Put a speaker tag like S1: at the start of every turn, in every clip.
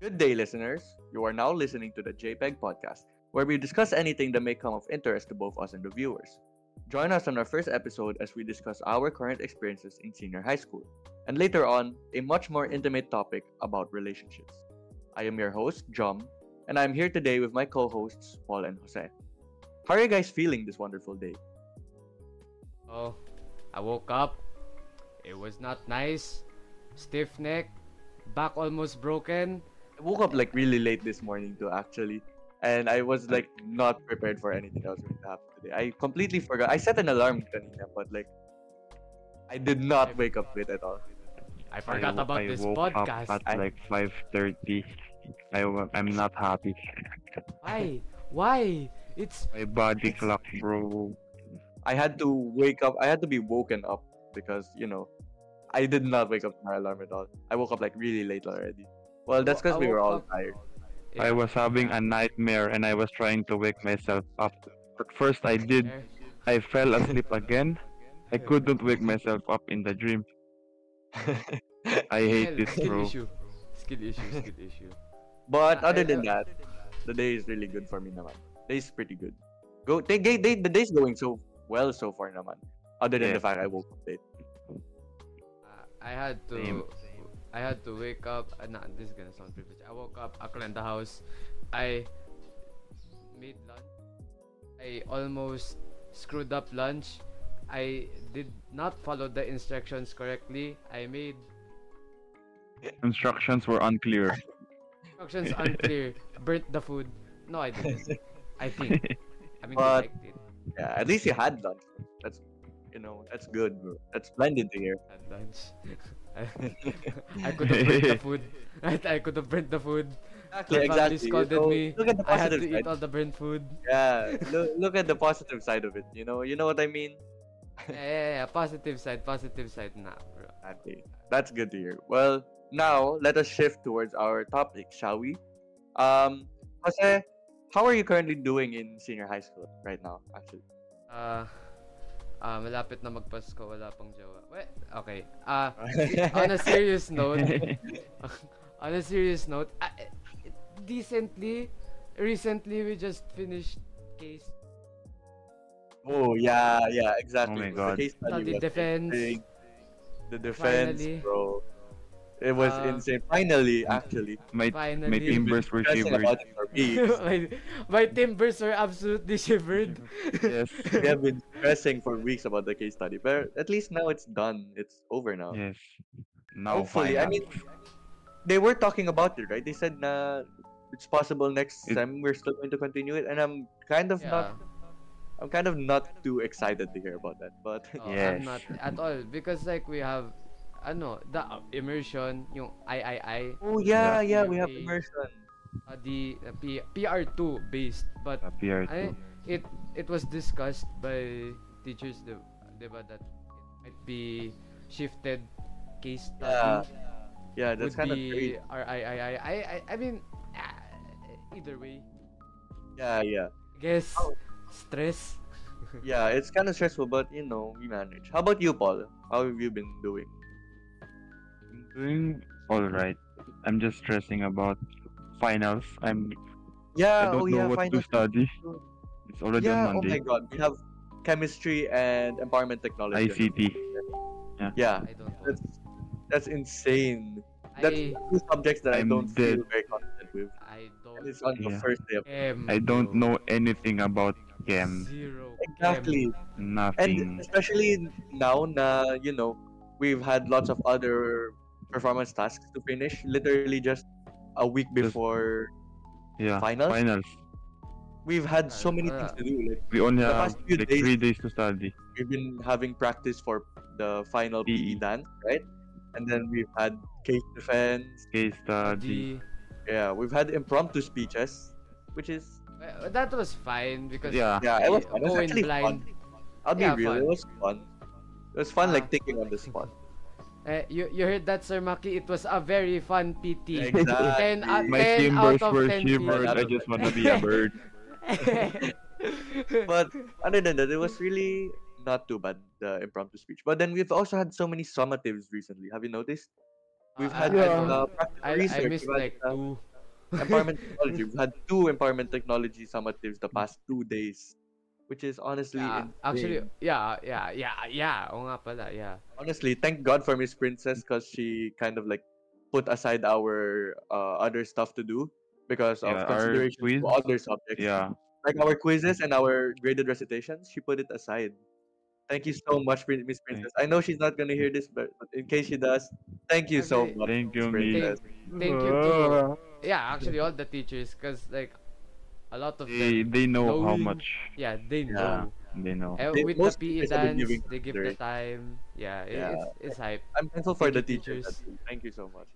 S1: Good day, listeners. You are now listening to the JPEG podcast, where we discuss anything that may come of interest to both us and the viewers. Join us on our first episode as we discuss our current experiences in senior high school, and later on, a much more intimate topic about relationships. I am your host, Jom, and I'm here today with my co hosts, Paul and Jose. How are you guys feeling this wonderful day?
S2: Oh, I woke up. It was not nice. Stiff neck, back almost broken.
S1: I woke up like really late this morning, too, actually. And I was like not prepared for anything that was going to happen today. I completely forgot. I set an alarm kanina, but like I did not wake up late at all.
S2: I forgot
S3: wo-
S2: about
S3: I
S2: this
S3: woke
S2: podcast.
S3: Up
S1: I-
S3: at like 5:30. I w- I'm not happy.
S2: Why? Why? It's
S3: My body clock, bro.
S1: I had to wake up. I had to be woken up because you know, I did not wake up to my alarm at all. I woke up like really late already. Well, that's because
S2: I
S1: we were all
S2: woke
S1: tired.
S3: I was having a nightmare and I was trying to wake myself up. But first I did. I fell asleep again. I couldn't wake myself up in the dream. I hate
S2: Skill-
S3: this,
S2: Skill
S3: bro.
S2: issue. Skill issue. Skill issue.
S1: But
S2: Ah,
S1: other
S2: I-
S1: than
S2: I-
S1: that, the day is really good for me naman. Day's pretty good. Go, they, they, they, the day's going so well so far naman. Other than
S3: Yeah.
S1: the fact I woke up late.
S2: Uh, I had to.
S3: Same.
S2: I had to wake up. Uh, nah, this is gonna sound privileged. I woke up. I cleaned the house. I made lunch. I almost screwed up lunch. I did not follow the instructions correctly. I made
S3: Instructions were unclear.
S2: instructions unclear. Burnt the food. No, I didn't. I think. I mean,
S1: But-
S2: I did.
S1: Yeah, at least you had lunch. That's, you know, that's good, bro. That's splendid to hear.
S2: Had lunch. I could have burnt the food. I, I could have burnt the food.
S1: Exactly,
S2: My family scolded
S1: So,
S2: me.
S1: Look at the
S2: I had
S1: positive
S2: to
S1: side.
S2: eat all the burnt food.
S1: Yeah, look, look at the positive side of it. You know, you know what I mean.
S2: yeah, yeah, yeah, positive side, positive side. Nah, bro.
S1: Okay, that's good to hear. Well, now let us shift towards our topic, shall we? Um, Jose, how are you currently doing in senior high school right now? Actually,
S2: Ah, ah, malapit na magpasko, wala pang jowa. Well, okay. Ah, on a serious note, on a serious note, ah, eh, decently, recently we just finished case
S1: oh yeah, yeah, exactly.
S3: Oh my
S1: The
S3: God.
S1: case study
S2: study
S1: was
S2: defense.
S1: insane. The defense,
S2: Finally.
S1: bro. It was
S2: Um,
S1: insane. Finally, actually,
S3: My my
S2: Finally.
S3: timbers were
S1: Stressing
S3: shivered.
S1: about it for weeks.
S2: my, my timbers were absolutely shivered.
S3: Yes.
S1: we have been stressing for weeks about the case study, but at least now it's done. It's over now.
S3: Yes. Now
S1: Hopefully, I mean, they were talking about it, right? They said na it's possible next
S3: It-
S1: time we're still going to continue it, and I'm kind of not,
S2: Yeah.
S1: I'm kind of not too excited to hear about that. But
S2: Oh, I'm
S3: Yes.
S2: not at all because like we have ano, the uh, immersion, yung III,
S1: oh yeah, yeah, we have
S2: Okay.
S1: immersion.
S2: uh, the uh, P- PR2 based, but
S3: appear
S2: I, it it was discussed by teachers, di, diba, that it might be shifted case
S1: Yeah,
S2: study
S1: yeah,
S2: would
S1: that's kind of
S2: be
S1: crazy.
S2: RIII. I, I I mean, ah, either way,
S1: Yeah, yeah,
S2: I guess
S1: Oh.
S2: stress.
S1: yeah. It's kind of stressful, but you know, we manage. How about you, Paul? How have you been doing?
S3: I'm doing all right. I'm just stressing about finals. I'm I
S1: Yeah,
S3: don't
S1: oh
S3: know
S1: yeah,
S3: what to
S1: finals.
S3: study. It's already
S1: Yeah,
S3: on
S1: oh my
S3: Monday.
S1: God, we have chemistry and empowerment technology.
S3: ICT.
S1: Yeah,
S2: I don't know.
S1: that's that's insane. That's
S2: I,
S1: two subjects that I
S3: I'm
S1: don't feel
S3: dead.
S1: very confident with.
S2: I don't
S1: And it's on the
S3: Yeah.
S1: first day of
S2: Chem,
S3: I don't
S2: bro.
S3: know anything about chem.
S2: Zero.
S1: Exactly. And
S3: Nothing.
S1: especially now na, you know, we've had lots of other performance tasks to finish literally just a week before
S3: Yeah.
S1: finals.
S3: Finals.
S1: We've had so
S2: Uh,
S1: many
S2: uh,
S1: things to do. Like
S3: We only
S1: The
S3: have
S1: past few
S3: like
S1: days-
S3: three days to study.
S1: we've been having practice for the final PE
S3: PE.
S1: dance, right? And then we've had case defense.
S3: Case study.
S2: The,
S1: Yeah, we've had impromptu speeches, which is
S2: well, that was fine because
S3: Yeah.
S1: yeah, it was
S2: Yeah,
S1: fun. It was
S2: going
S1: actually
S2: blind.
S1: fun. I'll be
S2: Yeah,
S1: real,
S2: fun.
S1: it was fun. It was fun, like
S2: Ah.
S1: thinking on the spot.
S2: Eh, you, you heard that, Sir Maki? It was a very fun PT.
S1: Exactly.
S2: 10, out-
S3: My
S2: 10
S3: timbers
S2: out of
S3: were
S2: 10
S3: shivered. I just want to be a bird.
S2: people.
S1: But other than that, it was really not too bad the impromptu speech. But then we've also had so many summatives recently. Have you noticed? We've
S2: Uh,
S1: had
S2: I-
S1: uh,
S2: I-
S1: practical
S2: I, I
S1: research.
S2: missed
S1: we've had,
S2: like
S1: uh,
S2: two.
S1: Empowerment technology. We've had two empowerment technology summitives the past two days, which is honestly
S2: Yeah,
S1: insane.
S2: actually, yeah, yeah, yeah, yeah. Oo nga pala, yeah.
S1: honestly, thank God for Miss Princess because she kind of like put aside our uh, other stuff to do because of
S3: Yeah, our
S1: consideration
S3: quiz.
S1: to other subjects.
S3: Yeah.
S1: Like our quizzes and our graded recitations, she put it aside. Thank you so much, Prin- Miss Princess. I know she's not gonna hear this, but but in case she does, thank you so
S2: Actually,
S1: much.
S3: Thank
S1: Miss
S3: you,
S1: Princess.
S2: Thank you to yeah, actually all the teachers, cause like a lot of
S3: They,
S1: Mm.
S2: them,
S3: they know how
S2: Knowing-
S3: much.
S2: yeah, they
S3: Yeah.
S2: know.
S3: They know.
S2: Eh,
S1: They-
S2: with
S1: most
S2: the PE
S1: teachers have been
S2: dance,
S1: giving
S2: they give the time. Yeah, it,
S1: Yeah.
S2: it's it's hype.
S1: I'm thankful for
S2: Thank
S1: the
S2: you,
S1: teachers.
S2: teachers.
S1: actually. Thank you so much.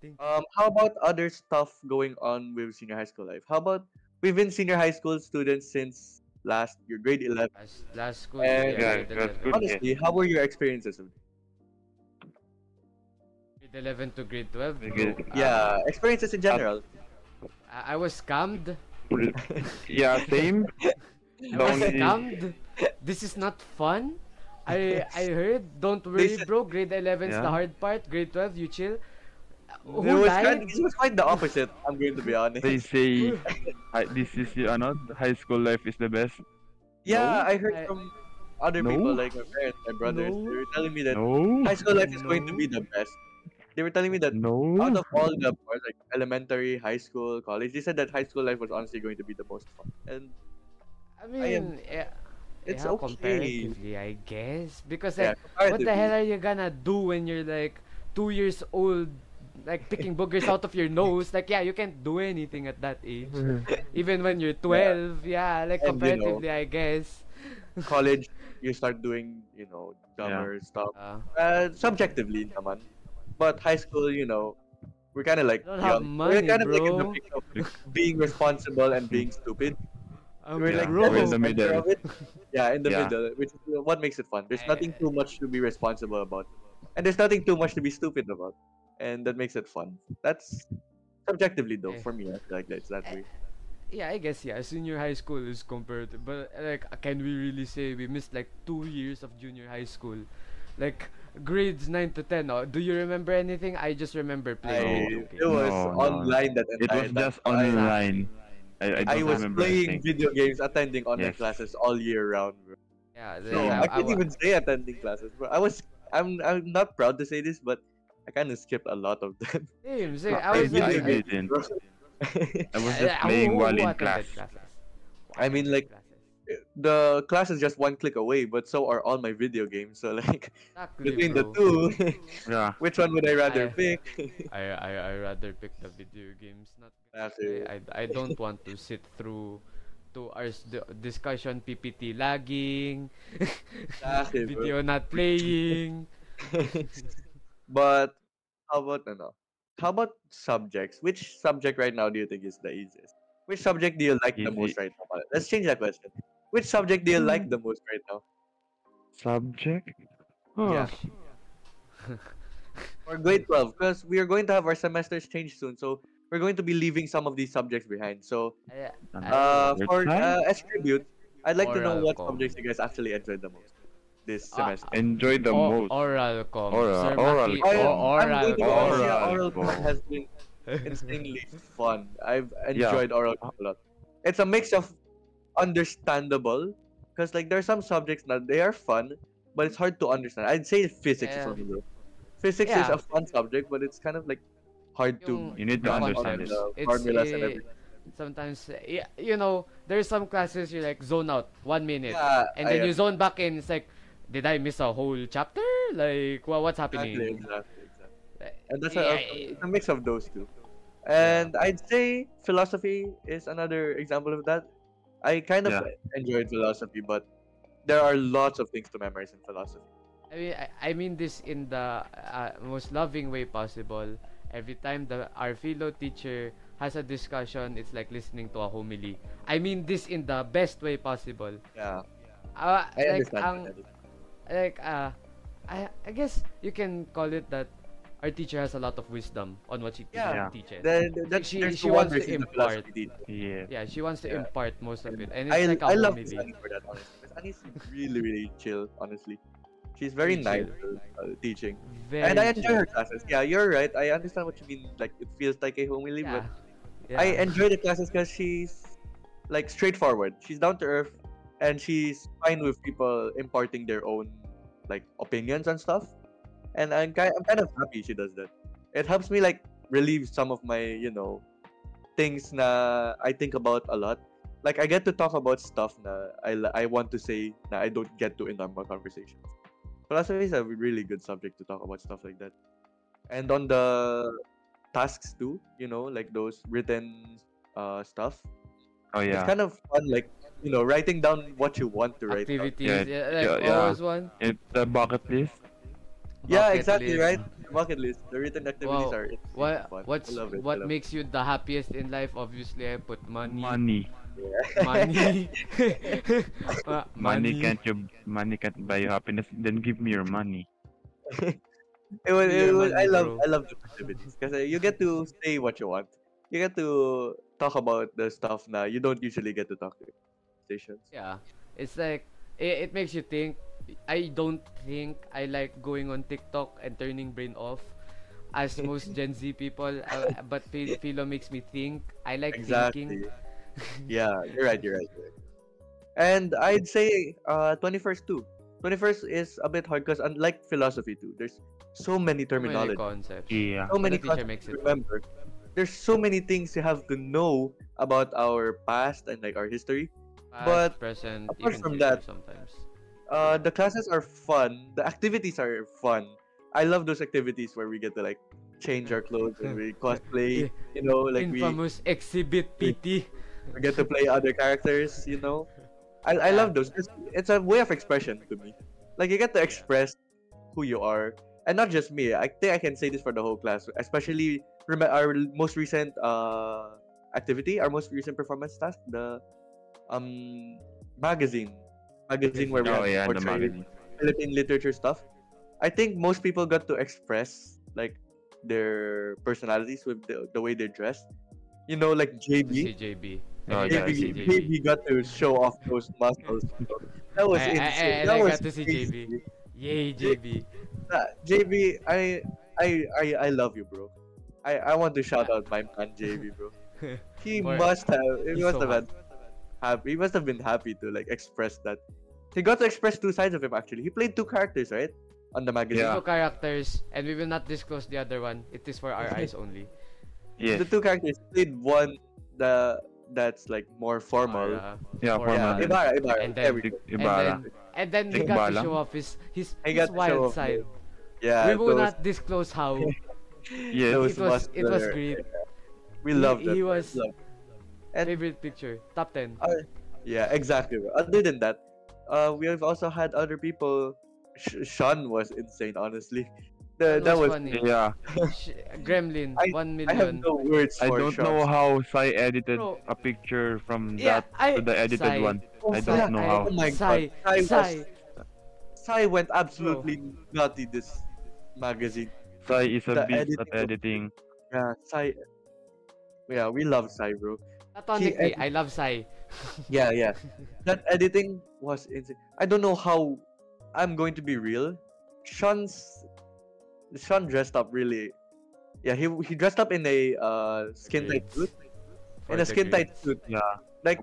S2: Thank you.
S1: Um, how about other stuff going on with senior high school life? How about we've been senior high school students since last year, grade 11.
S2: Last, last school.
S1: Eh,
S2: year,
S3: yeah,
S2: grade
S3: that's
S2: 11.
S3: good.
S1: Honestly, how were your experiences? of-
S3: Ah.
S2: Grade 11 to grade 12. bro.
S3: Okay.
S2: Uh,
S1: Yeah, experiences in general.
S2: I, I was scammed.
S3: yeah, same.
S2: I
S3: The
S2: was
S3: only-
S2: scammed. This is not fun. I I heard. Don't worry,
S1: said-
S2: bro. Grade 11 is the
S3: Yeah.
S2: hard part. Grade 12, you chill. Uh,
S1: it,
S2: Who
S1: was
S2: died?
S1: kind, it was quite the opposite, I'm going to be honest.
S3: Um, They say hi, this is you know, high school life is the best.
S1: yeah, I heard
S2: I-
S1: from other
S3: No?
S1: people, like my parents, my brothers, they were telling me that
S3: No.
S1: high school life is going to be the best. They were telling me that out
S3: No.
S1: of all the or like elementary, high school, college, they said that high school life was honestly going to be the most fun. And
S2: I mean, yeah,
S1: It's
S2: yeah,
S1: okay.
S2: comparatively, I guess. Because
S1: yeah,
S2: like, what the
S1: comparatively,
S2: hell are you gonna do when you're like two years old, like picking boogers out of your nose? Like, yeah, you can't do anything at that age. Even when you're 12, yeah, like
S1: And, you know,
S2: comparatively, I guess.
S1: college you start doing you know dumber stuff
S2: Uh,
S1: uh, subjectively naman but high school you know we're kind of like
S2: I don't have
S1: young.
S2: money,
S1: we're kind of like in the
S2: bro.
S1: mix of being responsible and being stupid
S2: I'm
S1: we're like
S3: Yeah,
S2: bro,
S3: we're in the
S1: of
S3: middle.
S1: it. yeah in the
S3: Yeah.
S1: middle which is what makes it fun there's
S2: I-
S1: nothing too much to be responsible about and there's nothing too much to be stupid about and that makes it fun that's subjectively though
S2: Eh.
S1: for me i feel like it's that way
S2: yeah, I guess yeah. Senior high school is comparative, but like, can we really say we missed like two years of junior high school, like grades nine to ten? Oh, do you remember anything? I just remember
S1: I,
S2: playing.
S1: it
S2: video
S1: was
S2: games.
S3: No, no,
S1: online that
S3: It
S1: entire
S3: was just
S1: time. I-
S3: online. I, I,
S1: I
S3: don't
S1: was
S3: remember
S1: playing
S3: anything.
S1: video games, attending online
S3: Yes.
S1: classes all year round. Bro.
S2: Yeah,
S1: No,
S2: yeah,
S1: I can't
S2: wa-
S1: even say attending classes. Bro. I was, I'm, I'm not proud to say this, but I kind of skipped a lot of them.
S2: Same, same.
S3: No,
S2: I
S3: I
S2: was
S3: did
S2: like, I-
S3: it. didn't.
S1: bro.
S3: I was
S2: I-
S3: just
S2: I-
S3: playing
S2: who-
S3: while
S2: who
S3: in class.
S2: attended classes? Who
S1: I mean,
S2: attended
S1: like,
S2: classes?
S1: the class is just one click away, but so are all my video games. So like
S2: Exactly,
S1: between the
S2: bro.
S1: two,
S3: Yeah.
S1: which one would I rather
S2: I-
S1: pick?
S2: I, I I rather pick the video games. Not
S1: Yeah,
S2: I, I I don't want to sit through two hours d- discussion PPT lagging,
S1: Exactly, bro.
S2: video not playing.
S1: but how about no, no? How about subjects? Which subject right now do you think is the easiest? Which subject do you like the most
S3: Easy.
S1: right now? Let's change that question. Which subject do you like
S2: Mm.
S1: the most right now?
S3: Subject.
S1: Yeah. For grade 12, because we are going to have our semesters change soon, so we're going to be leaving some of these subjects behind. So,
S2: I-
S1: uh,
S3: Your
S1: for
S3: time?
S1: uh, as tribute, I'd like to know
S2: Oral
S1: what
S2: com.
S1: subjects you guys actually enjoyed the most this
S2: Ah,
S1: semester.
S3: Enjoy the
S1: Oh,
S2: o-
S3: most.
S2: oral com.
S3: Oral-
S2: Sir
S3: oral
S2: Maki,
S3: com.
S2: o-
S1: I'm going to be
S2: oral
S1: honest, yeah,
S3: Oral
S1: oral com
S3: com.
S1: has been
S2: com.
S1: insanely fun. I've
S3: Yeah.
S1: enjoyed oral com a lot. It's a mix of understandable, because like there are some subjects that they are fun, but it's hard to understand. I'd say physics is
S2: Yeah.
S1: one of those. Physics is
S2: Yeah.
S1: a fun subject, but it's kind of like hard to
S2: Yung-
S3: You need to
S2: Yung
S3: understand
S2: concepts.
S3: it.
S1: the
S2: It's
S1: formulas and
S2: a-
S1: everything.
S2: Sometimes, uh, yeah, you know, there's some classes you like zone out one minute,
S1: Yeah,
S2: and then
S1: I-
S2: you zone back in. It's like, did I miss a whole chapter? Like, wha- what's
S1: Exactly,
S2: happening?
S1: exactly, exactly.
S2: Uh,
S1: And that's
S2: yeah,
S1: a, it's a mix of those two. And I'd say philosophy is another example of that. I kind of
S3: Yeah.
S1: enjoyed philosophy, but there are lots of things to memorize in philosophy.
S2: I mean, I, I mean this in the uh, most loving way possible. Every time the our philo teacher has a discussion, it's like listening to a homily. I mean this in the best way possible.
S1: Yeah,
S2: Uh,
S1: I
S2: like
S1: understand.
S2: ang like uh I I guess you can call it that our teacher has a lot of wisdom on what she te-
S1: Yeah.
S2: teaches.
S1: Then that
S2: She-
S1: there's the
S2: she wants
S1: wonders
S2: to
S1: in the
S2: impart.
S1: philosophy teacher.
S3: Yeah.
S2: Yeah, she wants to
S1: Yeah.
S2: impart most of it. And it's
S1: I,
S2: like a
S1: I love Miss Annie
S2: homily.
S1: for that, honestly. Miss Annie's really, really chill, honestly. She's very
S2: Really
S1: nice
S2: chill.
S1: to, uh, teaching.
S2: Very
S1: and I enjoy her
S2: chill.
S1: classes. Yeah, you're right. I understand what you mean. Like, it feels like a homily,
S2: Yeah.
S1: but I enjoy the classes because she's like straightforward. She's down to earth, and she's fine with people imparting their own like opinions and stuff. And I'm kind, I'm kind of happy she does that. It helps me like relieve some of my you know things na I think about a lot. Like I get to talk about stuff na I li- I want to say na I don't get to in normal conversations. Philosophy is a really good subject to talk about stuff like that. And on the tasks too, you know, like those written uh, stuff.
S3: Oh yeah.
S1: It's kind of fun, like you know, writing down what you want to write. down.
S2: activities.
S3: Yeah,
S2: Yeah, like
S3: yeah,
S2: what
S3: yeah.
S2: was one?
S3: It, the bucket list.
S1: Yeah,
S2: Bucket
S1: exactly
S2: list.
S1: right. Bucket list. The written activities
S2: Wow.
S1: are it's really
S2: What
S1: fun.
S2: what's
S1: I love it. I
S2: what
S1: love
S2: makes you the happiest in life? Obviously, I put money.
S3: Money.
S1: it.
S2: Money. Ma-
S3: Money, can't you money can't buy you happiness. Then give me your money.
S1: It was, it
S2: Yeah,
S1: was, I
S2: money,
S1: love
S2: bro.
S1: I love those activities because you get to say what you want. You get to talk about the stuff na you don't usually get to talk to stations.
S2: Yeah, it's like it, it makes you think. I don't think I like going on TikTok and turning brain off, as most Gen Z people. Uh, but Phil- Philo makes me think. I like
S1: Exactly.
S2: thinking.
S1: yeah, you're right. You're right. You're right. And I'd say uh, 21st too. 21st is a bit hard because unlike philosophy too, there's so many
S2: so many
S1: terminology,
S2: concepts.
S3: Yeah.
S1: so many
S2: the teacher
S1: concepts
S2: makes
S1: to
S2: it.
S1: remember. There's so many things you have to know about our past and like our history.
S2: Past,
S1: But
S2: present,
S1: apart
S2: even
S1: from
S2: future
S1: that-
S2: sometimes.
S1: Uh, the classes are fun. The activities are fun. I love those activities where we get to like change our clothes and we cosplay. You know, like we,
S2: Infamous exhibit PT.
S1: we get to play other characters. You know, I, I
S2: Yeah.
S1: love those. It's, it's a way of expression to me. Like you get to express who you are, and not just me. I think I can say this for the whole class, especially rem- our most recent uh activity, our most recent performance task, the um magazine, magazine where we
S3: Oh
S1: have to
S3: yeah, the
S1: portray
S3: magazine.
S1: Philippine literature stuff. I think most people got to express like their personalities with the, the way they dress. You know, like JB,
S2: CJB. I
S3: Oh, yeah,
S2: got to see
S1: JB,
S3: JB.
S1: JB got to show off those muscles. That was
S2: I- I-
S1: insane.
S2: I-
S1: that
S2: I
S1: was
S2: got to see
S1: crazy.
S2: JB. Yay, JB.
S1: Nah, JB, I, I, I, I love you, bro. I, I want to shout out my man JB, bro. He
S2: Boy,
S1: must have. He
S2: he's
S1: must
S2: so
S1: have been happy. He must have been happy to like express that. He got to express two sides of him actually. He played two characters, right? On the magazine.
S3: Yeah.
S2: Two characters, and we will not disclose the other one. It is for our eyes only.
S3: Yes.
S1: The two characters he played one the that's like more formal.
S2: Or, uh,
S3: Yeah,
S2: or,
S3: formal.
S1: yeah, Ibarra, Ibarra.
S2: And
S1: there
S2: then-
S1: we go.
S3: Di- Ibarra.
S2: And then, and then he
S3: Think
S2: got
S3: Bala.
S2: to show off his his,
S1: He
S2: his
S1: got to show
S2: wild
S1: off
S2: side.
S1: Yeah,
S2: we will
S1: those-
S2: not disclose how.
S3: Yes.
S1: those
S2: it was it was
S1: muscular-
S2: great.
S1: We love
S2: he,
S1: them.
S2: he was
S1: Love. And-
S2: favorite picture top ten.
S1: Uh, Yeah, exactly. bro. Other than that, uh, we have also had other people. Sh- Sean was insane, honestly. The, that
S2: That was
S1: was.
S2: funny.
S3: Yeah.
S2: Sh- Gremlin one
S1: I have
S2: million.
S1: no words
S3: I
S1: for
S3: don't
S1: Sean.
S3: know how Sai edited
S2: Bro.
S3: a picture from
S2: yeah,
S3: that
S2: I
S3: to the edited
S2: Sigh.
S3: one.
S1: Oh,
S3: I don't
S1: Sai-
S3: know
S2: I-
S3: how.
S1: Oh my
S2: Sigh,
S1: god. Sai,
S2: Sigh.
S1: was, Sai went absolutely
S2: Oh.
S1: nutty this magazine.
S3: Sai is a
S1: The
S3: beast at
S1: editing of-
S3: editing.
S1: Yeah, Sai. Yeah, we love Sai, bro.
S2: Platonically,
S1: ed-
S2: I love Sai.
S1: Yeah, yeah. that editing was insane. I don't know how I'm going to be real. Sean's Sean dressed up really. Yeah, he he dressed up in a uh, skin tight
S2: Great.
S1: suit. In a skin tight suit.
S3: Yeah.
S1: Like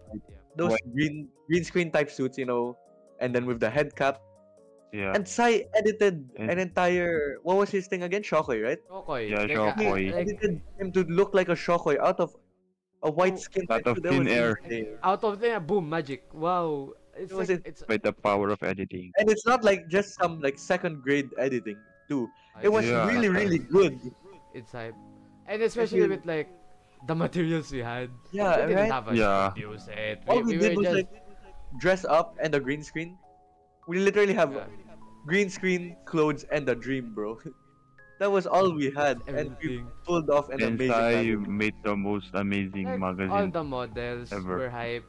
S1: those green green screen type suits, you know, and then with the head cap.
S3: Yeah.
S1: And Sai edited
S3: And-
S1: an entire what was his thing again? Shockey, right?
S2: Shokoy.
S3: Yeah,
S2: like, uh,
S3: Shokoy.
S2: like,
S1: edited him to look like a Shockey out of a white skin
S3: Oh, Out
S1: tight
S3: of
S1: suit. That
S3: thin
S1: was
S3: air.
S1: insane.
S2: out of there, boom, magic. Wow. It's
S1: It was
S2: like, it's
S3: By the power of editing.
S1: and it's not like just some like second grade editing too. It was
S3: Yeah.
S1: really really good.
S2: it's hype. And especially with like the materials we had.
S1: Yeah,
S2: we didn't
S1: right.
S2: have a
S3: Yeah.
S2: use it.
S1: All we,
S2: We, we
S1: did
S2: were
S1: was
S2: just
S1: like dress up and a green screen. We literally have
S2: Yeah.
S1: green screen, clothes, and a dream, bro. that was all we had, and we
S2: everything.
S1: pulled off an
S3: And
S1: amazing.
S3: Sai
S1: time.
S3: made the most amazing
S2: Like, all
S3: magazine.
S2: the models
S3: ever.
S2: were hype.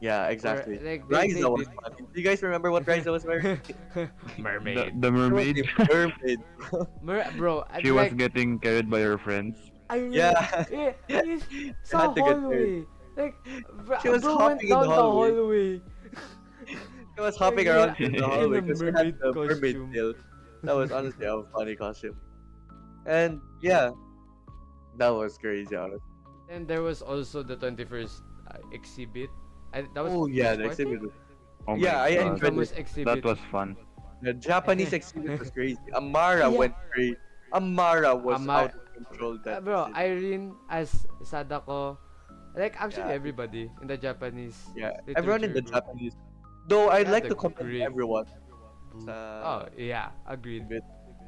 S1: Yeah, exactly.
S2: Or, uh, like, they- they
S1: Riza was.
S2: did-
S1: fun. Do you guys remember what Riza was wearing?
S3: The,
S2: Mermaid.
S1: She
S3: the
S1: was
S3: mermaid,
S1: a mermaid.
S2: Mer- bro, I
S3: she was
S2: like,
S3: getting carried by her friends.
S2: I really,
S1: Yeah.
S2: yeah, it's
S1: had
S2: so
S1: to get there.
S2: hallway. Like, bro,
S1: She was
S2: bro
S1: hopping
S2: went
S1: in
S2: down
S1: the
S2: the
S1: hallway.
S2: hallway.
S1: She was hopping
S2: Yeah,
S1: around in
S3: in
S1: the
S3: a
S1: hallway because she had
S2: mermaid
S1: the mermaid
S2: costume.
S1: tail. That was honestly a funny costume. And yeah, that was crazy, honestly.
S2: Then there was also the 21st uh, exhibit. I, that was
S1: Oh yeah, the
S2: Miss Martin?
S1: exhibit.
S3: Oh my
S1: Yeah, I
S3: God.
S1: enjoyed
S2: Infamous
S3: That
S2: exhibit.
S3: was fun.
S1: The Japanese exhibit was crazy. Amara
S2: Yeah.
S1: went crazy. Amara was
S2: Amara-
S1: out of control.
S2: Uh,
S1: That
S2: bro,
S1: visit.
S2: Irene as Sadako, like actually
S1: Yeah.
S2: everybody in the Japanese.
S1: yeah, everyone in the
S2: literature
S1: Japanese. Though I'd
S2: Yeah,
S1: like
S2: the
S1: to compliment
S2: Greek.
S1: everyone,
S2: group.
S1: uh,
S2: oh yeah, agreed.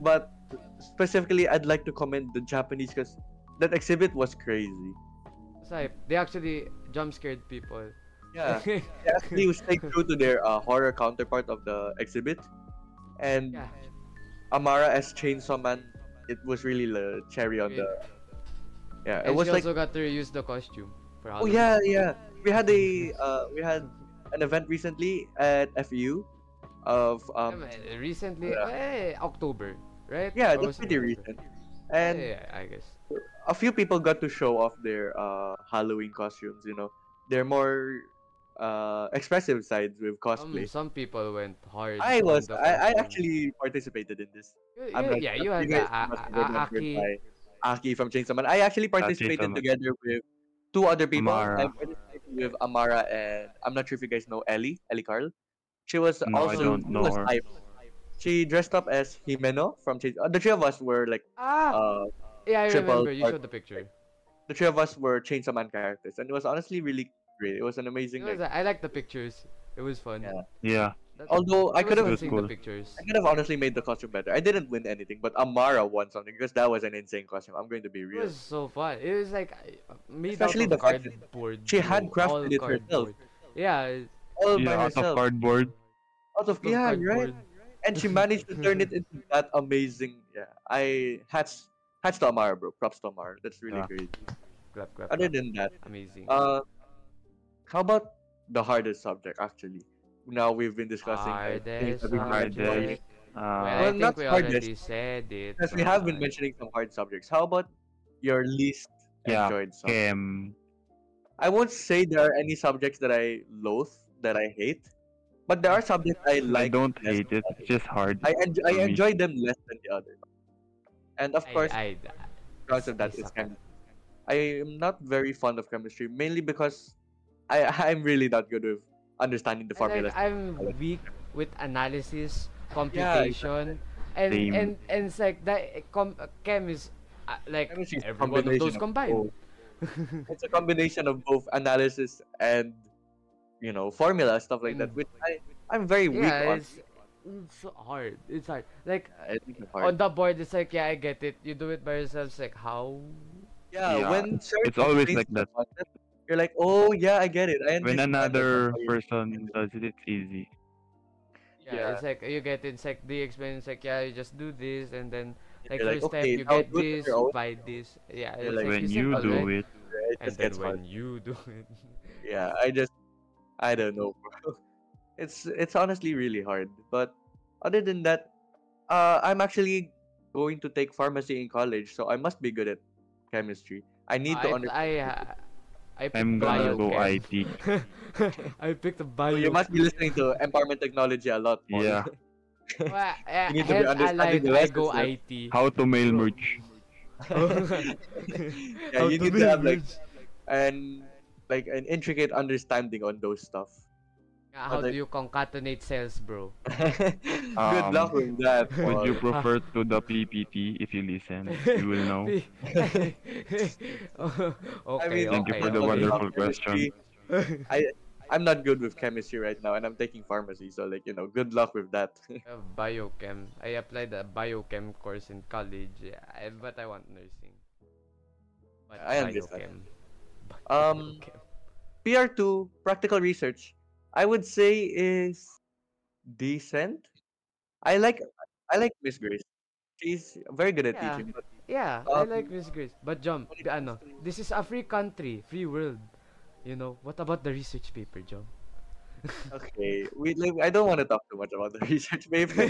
S1: but specifically, I'd like to comment the Japanese because that exhibit was crazy.
S2: It's like they actually jump scared people.
S1: Yeah, they actually was staying true to their uh, horror counterpart of the exhibit, and
S2: Yeah.
S1: Amara as Chainsaw Man, it was really the cherry on the. Yeah, it
S2: And
S1: was
S2: she
S1: like
S2: also got to reuse the costume. For
S1: Oh
S2: Halloween.
S1: yeah, yeah. We had a uh, we had an event recently at FU of um
S2: Yeah, recently,
S1: yeah.
S2: eh, October, right?
S1: yeah,
S2: Or
S1: that's
S2: was it
S1: pretty
S2: November?
S1: recent. And
S2: yeah, I guess.
S1: a few people got to show off their uh Halloween costumes, you know. Their more uh expressive sides with
S2: Some,
S1: cosplay.
S2: some people went hard.
S1: I
S2: on
S1: was
S2: the
S1: I, I
S2: costume.
S1: actually participated in this.
S2: You,
S1: I'm
S2: you-
S1: not
S2: yeah,
S1: sure
S2: you
S1: if
S2: had
S1: guys
S2: the a-
S1: must
S2: a- a-
S1: remember
S2: Aki.
S1: by Aki from Chainsaw Man. I actually participated
S3: Man.
S1: together with two other people. I
S3: Amara.
S1: participated with Amara and I'm not sure if you guys know Ellie, Ellie Carl. She was
S3: No, I
S1: also
S3: don't
S1: she
S3: know
S1: was
S3: her.
S1: hype. She dressed up as Himeno from Chainsaw. The three of us were like
S2: Ah,
S1: uh,
S2: yeah, I
S1: triple
S2: remember. You
S1: part-
S2: showed the picture.
S1: the three of us were Chainsaw Man characters, and it was honestly really great. It was an
S2: It
S1: amazing.
S2: was,
S1: night.
S2: I like the pictures. It was fun.
S1: Yeah.
S3: Yeah.
S2: That-
S1: Although I
S2: was
S1: could have
S2: fun
S3: It was
S2: seeing
S3: cool.
S2: the pictures.
S1: I could have honestly made the costume better. I didn't win anything, but Amara won something because that was an insane costume. I'm going to be
S2: It
S1: real.
S2: was so fun. It was like uh, made
S1: Especially
S2: out of
S1: the fact that
S2: cardboard.
S1: she
S2: bro,
S1: handcrafted
S2: all
S1: it herself.
S2: cardboard. Yeah,
S1: All
S3: yeah
S1: by
S3: out of
S1: herself.
S3: cardboard.
S1: out of
S2: Out of
S1: yeah, right.
S2: cardboard.
S1: And she managed to turn it into that amazing. Yeah, I hats hats to Amara, bro. Props to Amara. That's really
S3: Yeah.
S1: crazy.
S2: clap, clap,
S1: Other
S2: clap.
S1: than that,
S2: Amazing.
S1: uh, how about the hardest subject actually? Now we've been discussing like, things
S2: Hardest
S1: that we've been
S3: subject.
S1: mentioning,
S2: subject. well,
S3: Uh,
S2: I
S1: well,
S2: think
S1: not
S2: we
S1: hardest,
S2: already said it.
S1: because we have been
S2: but-
S1: mentioning some hard subjects. How about your least
S3: Yeah,
S1: enjoyed subject?
S3: game.
S1: I won't say there are any subjects that I loathe that I hate, but there are subjects I
S3: I
S1: like.
S3: don't
S1: less than
S3: hate it. It's just hard.
S1: I enj- I
S3: for me.
S1: enjoy them less than the others. And of
S2: I-
S1: course,
S2: I-
S1: because of that,
S2: I
S1: it's
S2: suck.
S1: kind of. I am not very fond of chemistry, mainly because I I'm really not good with understanding the
S2: I
S1: formulas.
S2: like- I'm weak with analysis, computation, and,
S3: Same.
S2: and and it's like that eh, com- chem is uh, like
S1: Chemistry is a
S2: every one of
S1: combination
S2: those combined.
S1: both. it's a combination of both analysis and you know formula stuff like that,
S2: Mm.
S1: which I I'm very weak
S2: yeah,
S1: on.
S2: it's, it's so hard. It's hard. Like
S1: I think it's
S2: on
S1: hard.
S2: the board, it's like yeah, I get it. You do it by yourself. It's like how?
S1: yeah,
S3: Yeah,
S1: when
S3: it's always like that.
S1: You're like, oh yeah, I get it. I
S3: When
S1: understand that
S3: another
S1: now."
S3: person does it, it's easy.
S2: Yeah, it's like you get it. It's like they explain. It's like yeah, you just do this, and then
S1: You're
S2: like first step
S1: "Okay,
S2: you
S1: now
S2: get
S1: do it on
S2: this,
S1: your own."
S2: buy this. Yeah,
S1: You're like,
S2: it's like
S3: When
S2: it's
S3: you
S2: simple, right?
S3: do it,
S1: It
S2: and
S1: just
S2: then
S1: gets
S2: when
S1: hard.
S2: you do it,
S1: yeah i just i don't know bro. it's it's honestly really hard but other than that uh i'm actually going to take pharmacy in college so i must be good at chemistry i need to
S2: I, I,
S1: understand
S2: uh, I picked
S3: I'm gonna
S2: bio
S3: go
S2: chem.
S3: IT.
S2: I picked a
S1: So Oh,
S2: bio.
S1: you must be listening to empowerment technology a lot more.
S3: Yeah.
S2: Well, uh,
S1: You need to be
S2: hence I
S1: understanding
S2: lied,
S1: the
S2: I
S1: license,
S2: go
S1: man.
S2: IT.
S3: How to mail merge.
S1: yeah you need to have like an like an intricate understanding on those stuff
S2: Yeah, how
S1: but
S2: do
S1: I-
S2: you concatenate cells, bro?
S1: good
S3: Um,
S1: luck with that
S3: Would you
S1: Paul.
S3: prefer to the PPT if you listen? You will know.
S2: okay,
S3: Thank you
S2: okay,
S3: for the
S2: okay.
S3: wonderful
S1: Chemistry, i'm not good with chemistry right now and i'm taking pharmacy so like you know good luck with that
S2: Uh, biochem. I applied a biochem course in college, yeah, I, but I want nursing. But
S1: I understand.
S2: biochem.
S1: Um,
S2: Biochem.
S1: PR2 practical research, I would say is decent. I like I like Miss Grace. She's very good at
S2: Yeah.
S1: teaching. But
S2: Yeah, I
S1: Um,
S2: like Miss Grace. But Jom,
S1: when it
S2: the
S1: comes
S2: ano,
S1: to-
S2: this is a free country, free world. You know, what about the research paper, Jom?
S1: okay, we like, I don't want to talk too much about the research paper.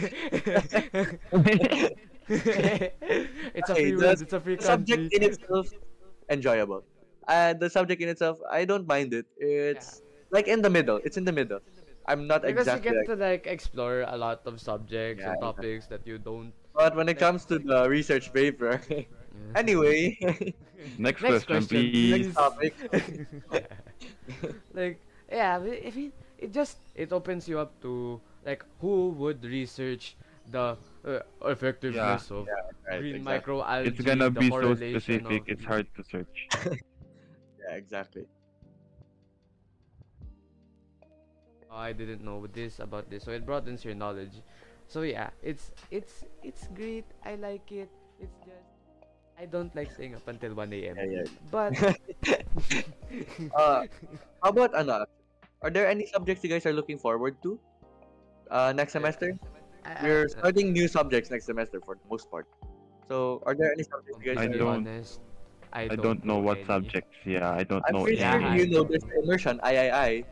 S2: it's a
S1: Okay,
S2: free
S1: the-
S2: world, it's a free
S1: the subject
S2: country.
S1: in itself enjoyable. And the subject in itself, I don't mind it. It's like in the middle. It's in the middle. I'm not
S2: because
S1: exactly
S2: you get
S1: like,
S2: to like explore a lot of subjects
S1: Yeah,
S2: and
S1: yeah.
S2: topics that you don't
S1: But when it comes to the research paper,
S2: Yeah.
S1: anyway,
S2: Next
S3: Next,
S2: question,
S3: question, please.
S1: next topic.
S2: like yeah I mean, I mean it just it opens you up to like who would research the uh, effectiveness of
S1: Right,
S2: green
S1: exactly.
S2: microalgae
S3: It's gonna
S2: the
S3: be so
S2: correlation
S3: specific.
S2: of- "Oh,
S3: It's hard to search.
S1: Yeah, exactly.
S2: I didn't know this about this so it broadens your knowledge so yeah it's it's it's great I like it it's just I don't like staying up until 1 a.m.
S1: Yeah, yeah.
S2: but
S1: Uh, how about ano? Are there any subjects you guys are looking forward to? Uh, next semester?
S2: I- uh,
S1: We're
S2: I-
S1: starting new subjects next semester for the most part. So, are there any subjects you guys
S2: to
S3: I
S1: are
S2: be
S3: don't-
S2: honest, I,
S3: I don't know what
S2: any.
S3: subjects. Yeah, I don't
S1: I'm
S3: know.
S1: pretty
S2: yeah,
S1: sure
S2: I
S1: you know there's immersion, III.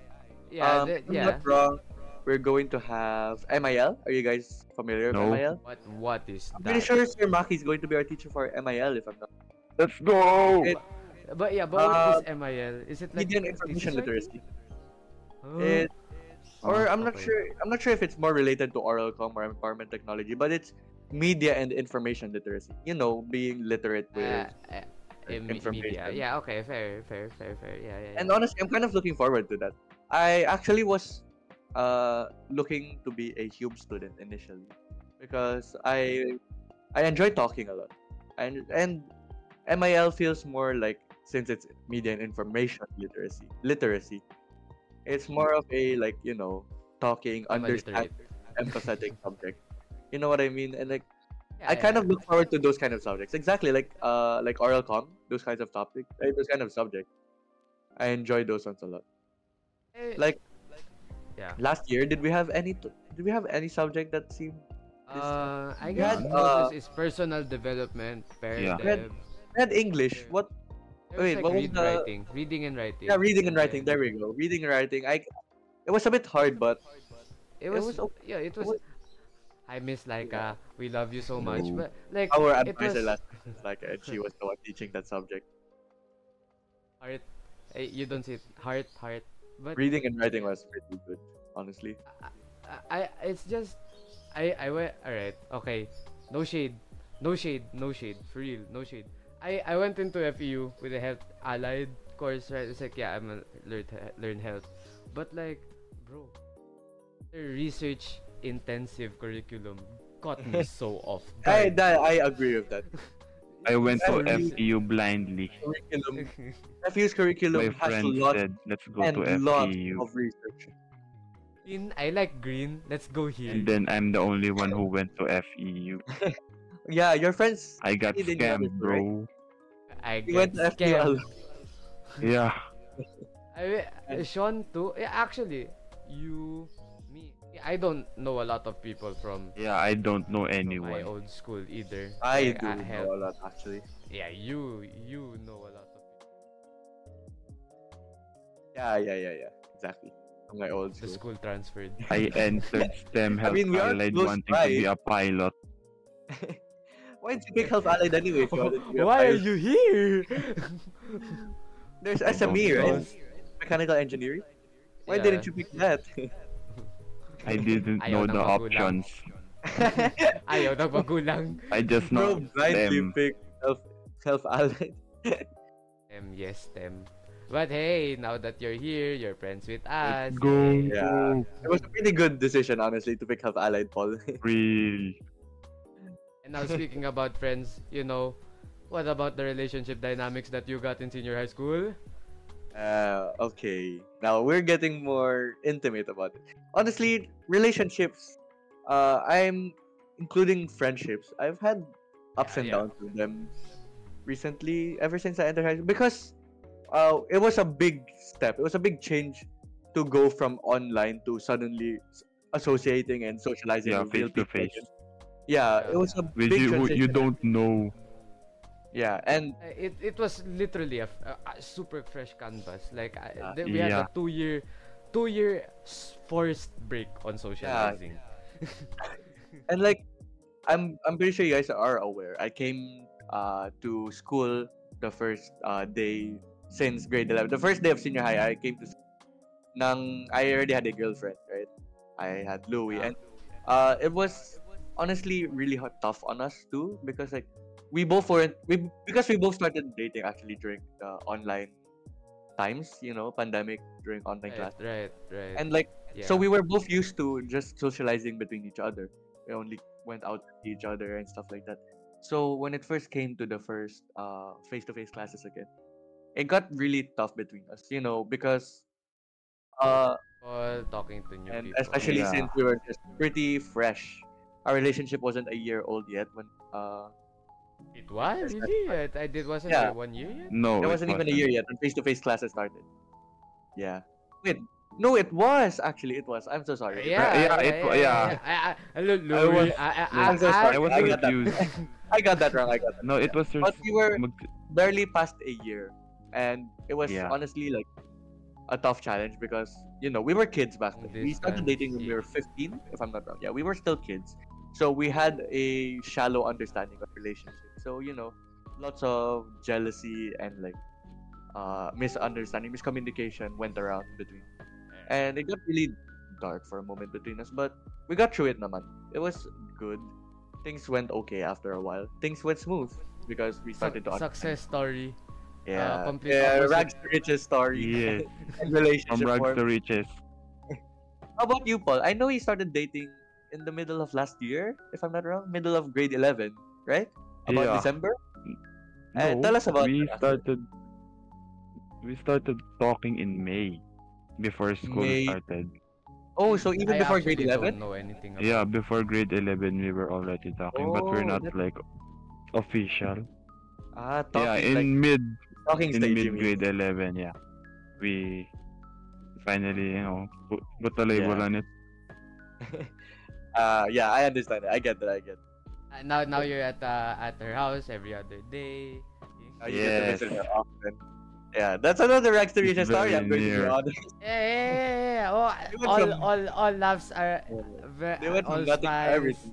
S2: yeah
S1: um,
S2: the-
S1: if I'm
S2: yeah
S1: not wrong, we're going to have MIL. Are you guys familiar
S3: No.
S1: with MIL?
S2: what what is
S1: I'm pretty
S2: that
S1: sure Sir Maki is going to be our teacher for MIL if I'm not
S3: Let's go.
S1: It-
S2: But yeah, but what is MIL? Is it like
S1: Media and Uh,
S2: a
S1: Information
S2: thesis
S1: Literacy.
S2: writing? Huh? Oh,
S1: It, or I'm not
S2: Mm, okay.
S1: sure I'm not sure if it's more related to oral com or environment technology, but it's media and information literacy. You know, being literate with
S2: Uh, uh, in me- media.
S1: information.
S2: Yeah, okay, fair, fair, fair, fair. Yeah, yeah.
S1: And
S2: yeah.
S1: honestly, I'm kind of looking forward to that. I actually was uh, looking to be a Hume student initially because I I enjoy talking a lot, and and MIL feels more like since it's media and information literacy literacy, it's more of a like you know talking,
S2: I'm a
S1: understanding, empathetic subject. You know what I mean? And like I
S2: Yeah,
S1: kind
S2: yeah.
S1: of look forward to those kind of subjects. Exactly, like uh, like oral com, those kinds of topics, eh, those kind of subjects. I enjoy those ones a lot.
S2: Eh,
S1: like-
S2: yeah.
S1: Last year, did we have any? t- Did we have any subject that seemed?
S2: Uh, I
S1: we
S2: guess
S1: had, uh,
S2: all this is personal development, parent
S3: Yeah.
S2: dev.
S1: We had- We had English.
S2: Yeah.
S1: What?
S2: There was,
S1: wait,
S2: like
S1: what was
S2: read
S1: the-
S2: writing, reading and writing.
S1: Yeah, reading and
S2: Yeah.
S1: writing. There we go. Reading and writing. I. It was a bit hard, but
S2: It was,
S1: was okay.
S2: yeah, it was.
S1: was-
S2: I miss Laika. We love you so much,
S3: No.
S2: but like
S1: our
S2: it
S1: advisor
S2: was-
S1: last year was like, and she was the one teaching that subject.
S2: heart. eh, you don't see it. Heart, heart. But
S1: Reading and writing was pretty good, honestly.
S2: I, I it's just I I went all right okay no shade no shade no shade for real no shade I I went into FEU with a health allied course right it's like yeah I'm gonna learn learn health but like bro the research intensive curriculum got me so off
S1: I,
S2: guard.
S1: that, I agree with that.
S3: I went E to
S1: Every-
S3: FEU blindly.
S1: Curriculum. FU's curriculum
S3: My
S1: has a
S3: friend
S1: lot
S3: said, "Let's go
S1: and
S3: to
S1: lot
S3: FEU,"
S1: of research.
S2: green I like green let's go here
S3: and then I'm the only one who went to FEU.
S1: Yeah, your friends.
S3: I got
S1: You didn't have
S3: scammed,
S1: it, right?
S3: bro.
S2: I
S1: You went
S2: get
S1: to
S3: E
S1: FU
S2: scammed.
S1: alone.
S3: Yeah.
S2: I mean,
S1: And-
S2: Sean too. Yeah, actually, you, me. I don't know a lot of people from
S3: Yeah, I don't know
S2: my
S3: anyone.
S2: old school either.
S1: I
S2: Like,
S1: do
S2: help-
S1: know a lot actually.
S2: Yeah, you you know a lot of people.
S1: Yeah, yeah, yeah, yeah. Exactly. From my old
S2: The
S1: school.
S2: school transferred.
S3: I entered STEM
S1: I
S3: Health
S1: mean, we are
S3: Allied
S1: close
S3: wanting
S1: by.
S3: to be a pilot.
S1: Why did you pick Health Allied anyway? If you wanted to be a
S2: Why are
S1: pilot?
S2: you here?
S1: There's
S3: I don't
S1: SME,
S3: know.
S1: right? Mechanical engineering. Why
S2: Oh Yeah.
S1: didn't you pick that?
S3: I didn't
S2: Ayaw
S3: know
S2: ng
S3: the
S2: magulang.
S3: options.
S2: Ayaw nagbagulang.
S3: I just
S1: Bro,
S3: know
S1: blindly
S3: STEM.
S1: picked Health Health Allied.
S2: Tem, yes, tem. But hey, now that you're here, you're friends with us.
S3: Let's go.
S1: Yeah. It was a pretty good decision, honestly, to pick Health Allied, Paul.
S3: Real.
S2: And now speaking about friends, you know, what about the relationship dynamics that you got in senior high school?
S1: Uh, okay. Now we're getting more intimate about it. Honestly, relationships. Uh, I'm including friendships. I've had ups
S2: Yeah,
S1: and
S2: yeah.
S1: downs with them recently. Ever since I entered high school, because uh, it was a big step. It was a big change to go from online to suddenly s- associating and socializing
S3: Yeah,
S1: with real
S3: face to
S1: people
S3: face.
S1: again. Yeah,
S2: Yeah.
S1: it was a
S3: Which
S1: big
S3: you, who you
S1: transition.
S3: don't know.
S1: Yeah, and
S2: Uh, it it was literally a, f- a- a super fresh canvas. Like
S1: Uh,
S2: I,
S1: Yeah.
S2: th- we had a
S3: Yeah.
S2: two year, two year forced break on socializing.
S1: and like i'm i'm pretty sure you guys are aware i came uh to school the first uh day since grade 11 the first day of senior high i came to school nang i already had a girlfriend right i had louie and uh it was honestly really h- tough on us too because like we both weren't we because we both started dating actually during the online times, you know, pandemic during online
S2: Right,
S1: class.
S2: right, right.
S1: And like
S2: yeah.
S1: so we were both used to just socializing between each other. We only went out to see each other and stuff like that. So when it first came to the first uh face to face classes again, it got really tough between us, you know, because uh
S2: all talking to new
S1: and
S2: people.
S1: especially
S3: Yeah.
S1: since we were just pretty fresh. Our relationship wasn't a year old yet when uh
S2: It was really? I, I did wasn't
S1: Yeah.
S2: it one year yet?
S3: No,
S1: it wasn't even a year yet when face to face classes started. Yeah. Wait. No, it was actually it was. I'm so sorry. It
S2: Yeah,
S3: yeah, it wa- yeah.
S2: I, I, I, look,
S3: I
S2: Louis,
S3: was-
S2: I, I,
S1: I'm so
S2: I-
S1: sorry.
S3: I was
S1: I got that.
S3: confused.
S1: I got that wrong. I got that.
S3: no, it was your.
S1: But we were
S3: mag-
S1: barely past a year, and it was
S3: Yeah.
S1: honestly like a tough challenge because you know we were kids back
S2: Long
S1: then. We started dating
S2: distance,
S1: when we were 15, if I'm not wrong. Yeah, we were still kids, so we had a shallow understanding of relationship. So you know, lots of jealousy and like uh, misunderstanding, miscommunication went around between, and it got really dark for a moment between us. But we got through it, naman. It was good. Things went okay after a while. Things went smooth because we started to
S2: Suc-
S1: understand
S2: success story.
S1: yeah,
S2: complete
S1: yeah
S2: opposite.
S1: rags to riches story.
S3: Yes.
S1: and
S3: From
S1: relationship
S3: rags to
S1: form.
S3: riches.
S1: How about you, Paul? I know he started dating in the middle of last year, if I'm not wrong, middle of grade 11, right? About
S3: Yeah.
S1: December.
S3: No,
S1: Eh, tell us about
S3: we
S1: that.
S3: started. We started talking in May, before school
S1: May.
S3: started.
S1: Oh, so even
S2: I
S1: before
S2: actually
S1: grade 11?
S2: don't know anything about
S3: Yeah, before grade eleven, we were already talking, but we're
S1: Oh,
S3: not
S1: that-
S3: like official.
S1: Ah,
S3: yeah,
S1: talking,
S3: in
S1: like,
S3: mid
S1: talking
S3: in
S1: stage. you
S3: mid
S1: mean.
S3: grade eleven, yeah, we finally you know put, put a label
S1: Yeah.
S3: on it.
S1: Ah, yeah, I understand. it. I get that. I get that.
S2: Uh, now now you're at uh, at her house every other day.
S1: Now you get to
S3: Yes.
S1: visit her often. Yeah, that's another rags to
S3: It's
S1: riches story.
S3: very
S1: I'm going to be
S3: near.
S1: honest.
S2: Yeah, yeah, yeah, yeah. Oh, I-
S1: You went
S2: all,
S1: from-
S2: all all loves are very
S1: They went
S2: all
S1: from nothing to
S2: spice.
S1: everything.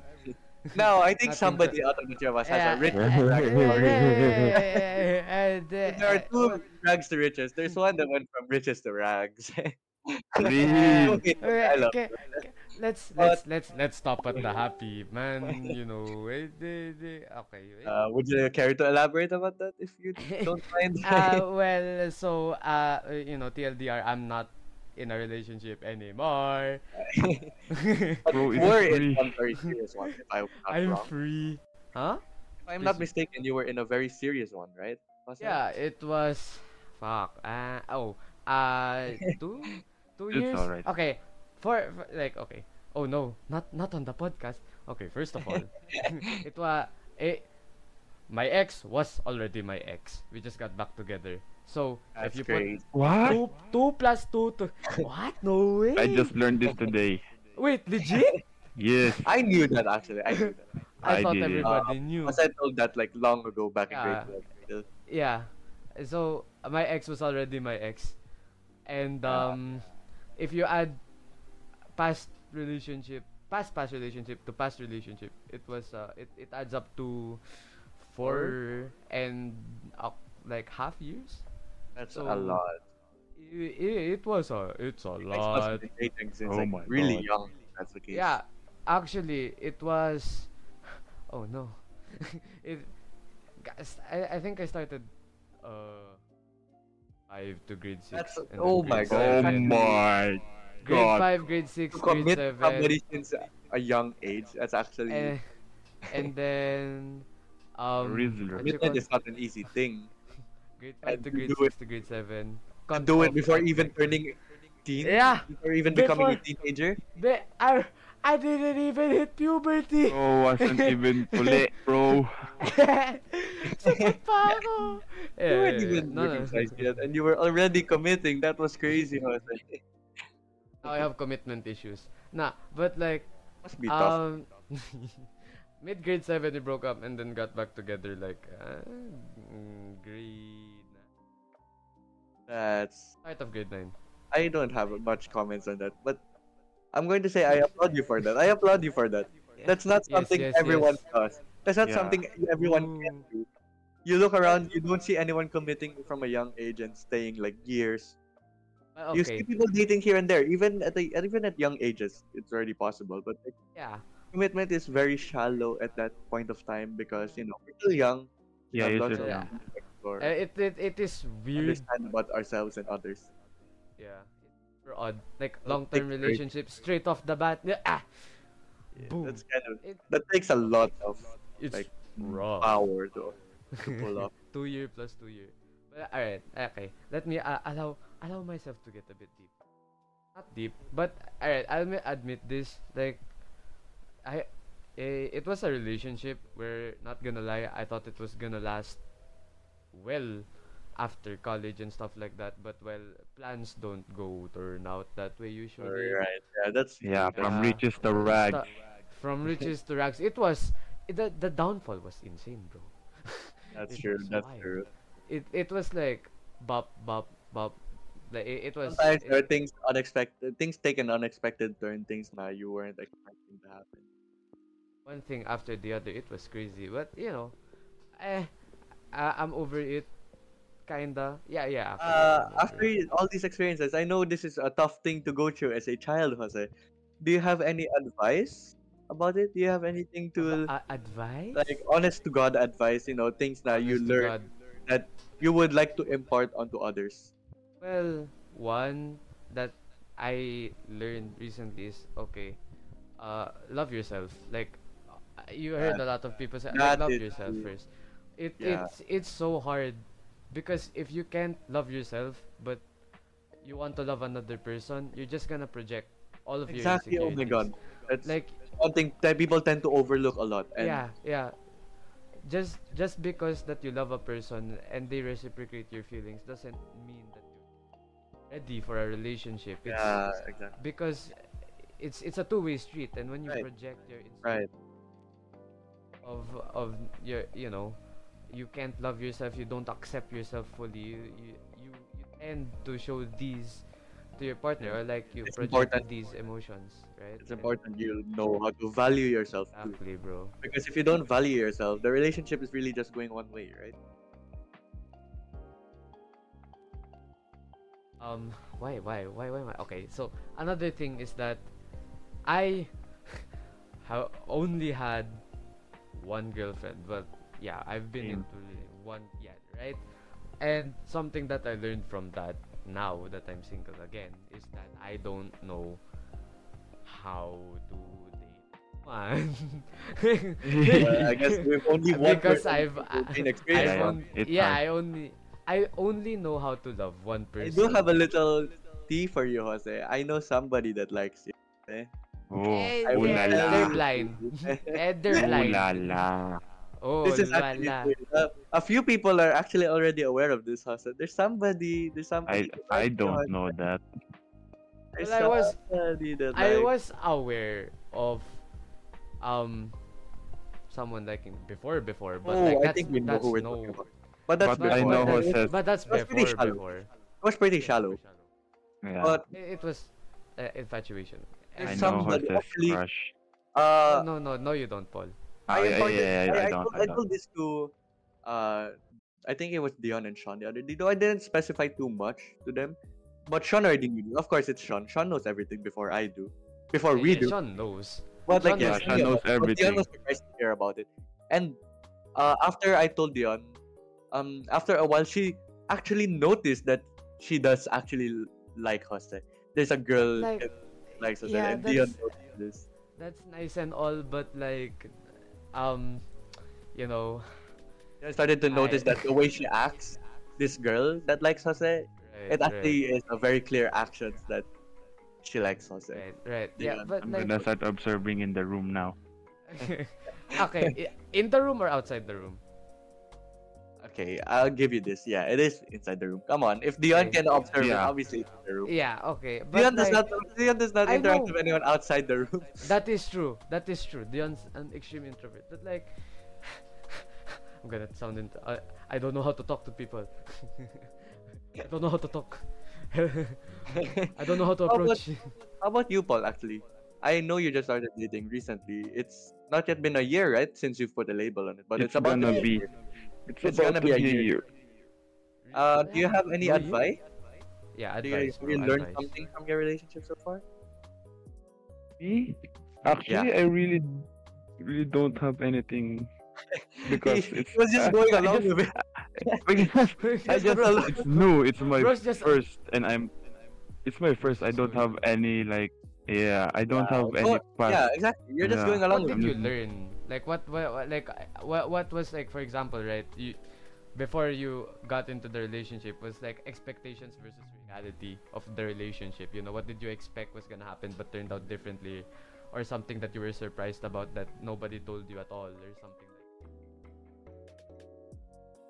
S1: No, I think
S2: Nothing to-
S1: somebody out of the two of us has a
S2: Yeah,
S1: rich
S2: yeah, yeah, yeah, yeah, yeah, and, uh,
S1: There are two rags to riches. There's one that went from riches to rags.
S3: Please.
S1: Okay,
S2: Okay,
S1: I love
S2: okay, okay. Let's let's
S1: But-
S2: let's let's stop at the happy man. You know, eh, the- the- okay. eh.
S1: Uh, would you care to elaborate about that if you don't mind?
S2: uh, well, so uh, you know, TLDR, I'm not in a relationship anymore.
S3: Bro, is it
S1: Were in
S3: free?
S1: one very serious one, if I'm not
S2: I'm
S1: wrong.
S2: free. Huh?
S1: If I'm not mistaken, you were in a very serious one, right? Was it?
S2: Yeah, it was. Fuck. Uh, oh. Uh, two, two
S3: It's
S2: years.
S3: alright.
S2: Okay. For, for- like okay. Oh no, not not on the podcast. Okay, first of all, it was eh, my ex was already my ex. We just got back together. So
S1: That's
S2: if you
S1: great.
S2: put
S3: What?
S2: two two plus two to what? No way.
S3: I just learned this today.
S2: wait legit.
S3: Yes.
S1: I knew that actually. I knew that.
S2: I,
S3: I
S2: thought
S3: did it.
S2: everybody knew.
S1: Because I told that like long ago back
S2: Yeah.
S1: in grade 12.
S2: Yeah. So uh, my ex was already my ex, and um, if you add past relationship, past past relationship to past relationship, it was uh, it it adds up to four and uh, like half years.
S1: That's
S2: So,
S1: a lot.
S2: It, it, it was a it's a
S1: Ex must
S2: lot.
S1: have been dating since
S3: Oh
S1: like,
S3: my
S1: really
S3: God.
S1: young. if That's the case.
S2: Yeah, actually, it was. Oh no, it. guys, I, I think I started. Uh, five to grade six.
S1: That's-
S2: and then
S1: oh
S2: grade
S1: my God. Oh
S3: Oh
S2: seven.
S3: my
S2: Grade
S3: God.
S2: five, grade
S1: To
S2: six, grade
S1: commit
S2: seven.
S1: somebody since a young age, that's actually
S2: eh, and then um.
S3: Rizzler.
S2: what you
S1: commitment
S2: call-
S1: is not an easy thing.
S2: Grade
S1: and
S2: five to
S1: to
S2: grade
S1: do
S2: six to grade seven.
S1: To
S2: Cut
S1: do it
S2: off
S1: before
S2: at
S1: even
S2: like-
S1: turning teen.
S2: Yeah.
S1: Before even becoming a teenager.
S2: Be- I, I didn't even hit puberty.
S3: Bro, Oh, wasn't even puli, bro.
S2: Sakit pa ako.
S1: You
S2: Yeah, yeah,
S1: weren't
S2: yeah.
S1: even
S2: Eh, No, no.
S1: circumcised yet, and you were already committing. That was crazy. Jose.
S2: Now I have commitment issues. Nah, but like
S1: Must be tough.
S2: um mid grade 7 we broke up and then got back together like uh, mm, grade
S1: That's.
S2: start of grade 9.
S1: I don't have much comments on that, but I'm going to say I applaud you for that. I applaud you for that. That's not
S2: Yes,
S1: something
S2: yes,
S1: everyone
S2: yes.
S1: does. That's not
S3: Yeah.
S1: something everyone can do. You look around, you don't see anyone committing from a young age and staying like years.
S2: Well,
S1: You
S2: okay.
S1: see people dating here and there, even at the even at young ages, it's already possible. But like,
S2: Yeah.
S1: commitment is very shallow at that point of time because you know we're still young. we have
S3: Yeah, you
S1: lots
S3: should.
S1: of
S2: Yeah.
S1: room to explore,
S2: Uh, it, it it is weird.
S1: understand about ourselves and others.
S2: Yeah. Super odd. Like
S1: It'll
S2: long term
S1: take great-
S2: relationship straight off the bat. Yeah, ah,
S1: Yeah,
S2: Boom.
S1: That's kind of
S2: It-
S1: that takes a lot of
S2: it's
S1: Like,
S2: raw.
S1: power to, to pull off.
S2: two year plus two year. But all right, okay. Let me uh, allow allow myself to get a bit deep. Not deep, but all right. I'll mi- admit this. Like, I, eh, it was a relationship where not gonna lie, I thought it was gonna last well after college and stuff like that. But well, plans don't go turn out that way usually.
S1: Right? Yeah, that's
S3: Yeah, from
S2: Yeah.
S3: riches to rags.
S2: Sta- from riches to rags. It was it, the the downfall was insane, bro.
S1: that's
S2: It
S1: true.
S2: was
S1: That's
S2: wild.
S1: true.
S2: it it was like bop bop bop like it, it was
S1: Sometimes
S2: it-
S1: there are things unexpected. Things take an unexpected turn. Things that you weren't expecting to happen.
S2: one thing after the other it was crazy but you know eh, I, i'm over it kinda yeah yeah actually,
S1: Uh,
S2: I'm over
S1: after
S2: it.
S1: all these experiences, I know this is a tough thing to go through as a child, Jose. Do you have any advice about it? Do you have anything to
S2: A- advice
S1: like honest to God advice? You know, things that you
S2: Honest to
S1: learn
S2: God.
S1: that you would like to impart onto others.
S2: Well, one that I learned recently is okay. Uh, love yourself. Like uh, you heard a lot of people say, like,
S1: That
S2: love
S1: is
S2: yourself
S1: true.
S2: first. It
S1: Yeah.
S2: it's it's so hard because if you can't love yourself, but you want to love another person, you're just gonna project all of
S1: Exactly.
S2: your
S1: Oh my God,
S2: insecurities.
S1: that's like
S2: Like
S1: one thing that people tend to overlook a lot. And
S2: yeah, yeah. Just just because that you love a person and they reciprocate your feelings doesn't mean that you're ready for a relationship. It's
S1: yeah, exactly.
S2: because it's it's a two-way street and when you
S1: Right.
S2: project your insecurity
S1: Right.
S2: of of your you know you can't love yourself you don't accept yourself fully you you, you, you tend to show these to your partner or like you
S1: It's
S2: project
S1: important.
S2: these emotions right
S1: It's
S2: And-
S1: important you know how to value yourself too.
S2: exactly bro
S1: Because if you don't value yourself, the relationship is really just going one way, right?
S2: um why why why why am I okay so another thing is that I have only had one girlfriend but yeah I've
S1: Mm.
S2: been
S3: Same.
S2: into one yeah right and something that I learned from that now that I'm single again is that I don't know how to date one
S1: Well, I guess we've only one
S2: because
S1: person
S2: I've
S1: who's been
S2: I
S1: experienced.
S3: yeah.
S2: on-
S3: It's
S2: yeah,
S3: hard.
S2: I only I only know how to love one
S1: I
S2: person.
S1: do have a little tea for you, Jose. I know somebody that likes you.
S3: Oh,
S2: Eh,
S1: I
S3: ooh
S1: will
S2: they're,
S3: la
S1: tell
S3: la.
S2: they're
S1: you.
S2: blind. Eh, they're
S3: Ooh
S2: blind.
S3: la la.
S2: Oh,
S1: this is actually
S2: lala.
S1: true. uh, a few people are actually already aware of this, Jose. There's somebody. There's
S3: I
S1: somebody. that
S3: I
S1: likes you,
S3: don't
S1: Jose.
S3: know that.
S1: There's
S2: Well, I was-
S1: somebody that
S2: I
S1: likes-
S2: was aware of um someone liking before before, but
S1: Oh,
S2: like
S1: I
S2: that's,
S1: think we know
S2: that's
S1: who we're
S2: no.
S1: talking about. But that's
S3: But
S2: But,
S3: I
S1: before.
S3: know
S2: but
S3: who
S2: that's-
S3: says-
S2: but that's
S1: It was
S2: before
S1: pretty shallow.
S2: before.
S1: It was pretty
S2: Yeah,
S1: shallow.
S3: Yeah.
S1: But
S2: It, it was uh, infatuation.
S1: I
S3: I
S2: And
S3: know
S2: some-
S3: what
S1: somebody
S3: this
S1: actually-
S3: crush.
S1: uh,
S2: no, no, no, you don't, Paul.
S3: Ah, yeah, yeah,
S1: imparted-
S3: yeah, yeah, I
S1: I,
S3: don't.
S1: told,
S3: I
S1: I
S3: don't.
S1: told this to, uh, I think it was Dion and Sean the other day. Though I didn't specify too much to them, but Sean already knew. Of course, it's Sean. Sean knows everything before I do, before Oh,
S2: Yeah,
S1: we
S2: yeah,
S1: do.
S2: Sean knows.
S1: But like,
S2: Sean
S1: yeah,
S2: knows
S1: Sean knows everything. Dion
S3: everything.
S1: was surprised to hear about it, and uh, after I told Dion, um, after a while, she actually noticed that she does actually l- like Jose. There's a girl
S2: Like,
S1: that likes Jose,
S2: yeah,
S1: and Dion
S2: that's-
S1: noticed this.
S2: That's nice and all, but like, um, you know,
S1: I started to notice
S2: I-
S1: that the way she acts, this girl that likes Jose,
S2: right,
S1: it
S2: right,
S1: actually is a very clear action that she likes Jose.
S2: right, right,
S1: Yeah,
S2: yeah, but
S3: I'm
S2: like,
S3: gonna start observing in the room now.
S2: okay, i- in the room or outside the room?
S1: Okay, I'll give you this. Yeah, it is inside the room. Come on, if Dion
S2: Okay.
S1: can observe, it,
S3: Yeah.
S1: obviously it's in the room.
S2: Yeah, okay. But
S1: Dion does
S2: like,
S1: not. Dion does not
S2: I
S1: interact
S2: know.
S1: with anyone outside the room.
S2: That is true. That is true. Dion's an extreme introvert. But like, I'm gonna sound in. I I don't know how to talk to people. I don't know how to talk. I don't know how to
S1: How about-
S2: approach.
S1: How about you, Paul? Actually, I know you just started dating recently. It's not yet been a year, right, since you've put a label on it. But it's,
S3: It's
S1: about to
S3: gonna
S1: be.
S3: be. It's gonna be a year.
S1: Uh, do you have any
S2: No, you-
S1: advice?
S2: Yeah,
S1: Do you,
S2: advice.
S1: have you
S2: bro,
S1: learned
S2: advice.
S1: something from your relationship so far?
S3: Me? Actually, I really really don't have anything because
S1: He, he
S3: it's
S1: was just
S3: I-
S1: going
S3: I
S1: along
S3: just-
S1: with it.
S3: because I
S2: Yes,
S3: just
S2: bro.
S3: it's new. It's my
S2: Bro's just-
S3: first, and I'm. It's my first. I don't have any like. Yeah, I don't have any
S1: Oh, yeah,
S3: past.
S1: exactly. You're just
S3: Yeah.
S1: going along
S2: what
S1: with
S2: did
S1: it.
S2: you learn? Like what, what, what like uh, what, what was like for example, right? You before you got into the relationship was like expectations versus reality of the relationship. You know, what did you expect was gonna happen but turned out differently, or something that you were surprised about that nobody told you at all, or something like.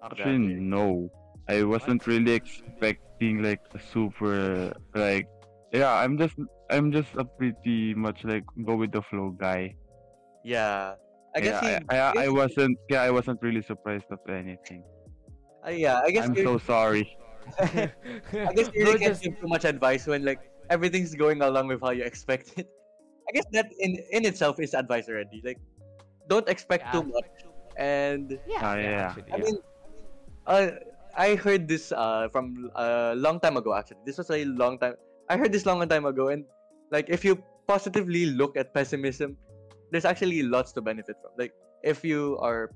S3: Actually, no. I wasn't really expecting like a super like. Yeah, I'm just I'm just a pretty much like go with the flow guy.
S1: Yeah. I guess
S3: yeah,
S1: he,
S3: I, I, I
S1: basically-
S3: wasn't yeah I wasn't really surprised of anything.
S1: uh, yeah, I guess
S3: I'm
S1: you're-
S3: so sorry.
S1: I guess you
S2: Bro,
S1: really can't
S2: just-
S1: give too much advice when like everything's going along with how you expect it. I guess that in in itself is advice already. Like, don't expect too
S2: Yeah.
S1: much. And
S3: Yeah, yeah.
S2: actually,
S1: I mean, uh, I heard this uh from a long time ago. Actually, this was a long time. I heard this long time ago, and like if you positively look at pessimism, there's actually lots to benefit from. Like if you are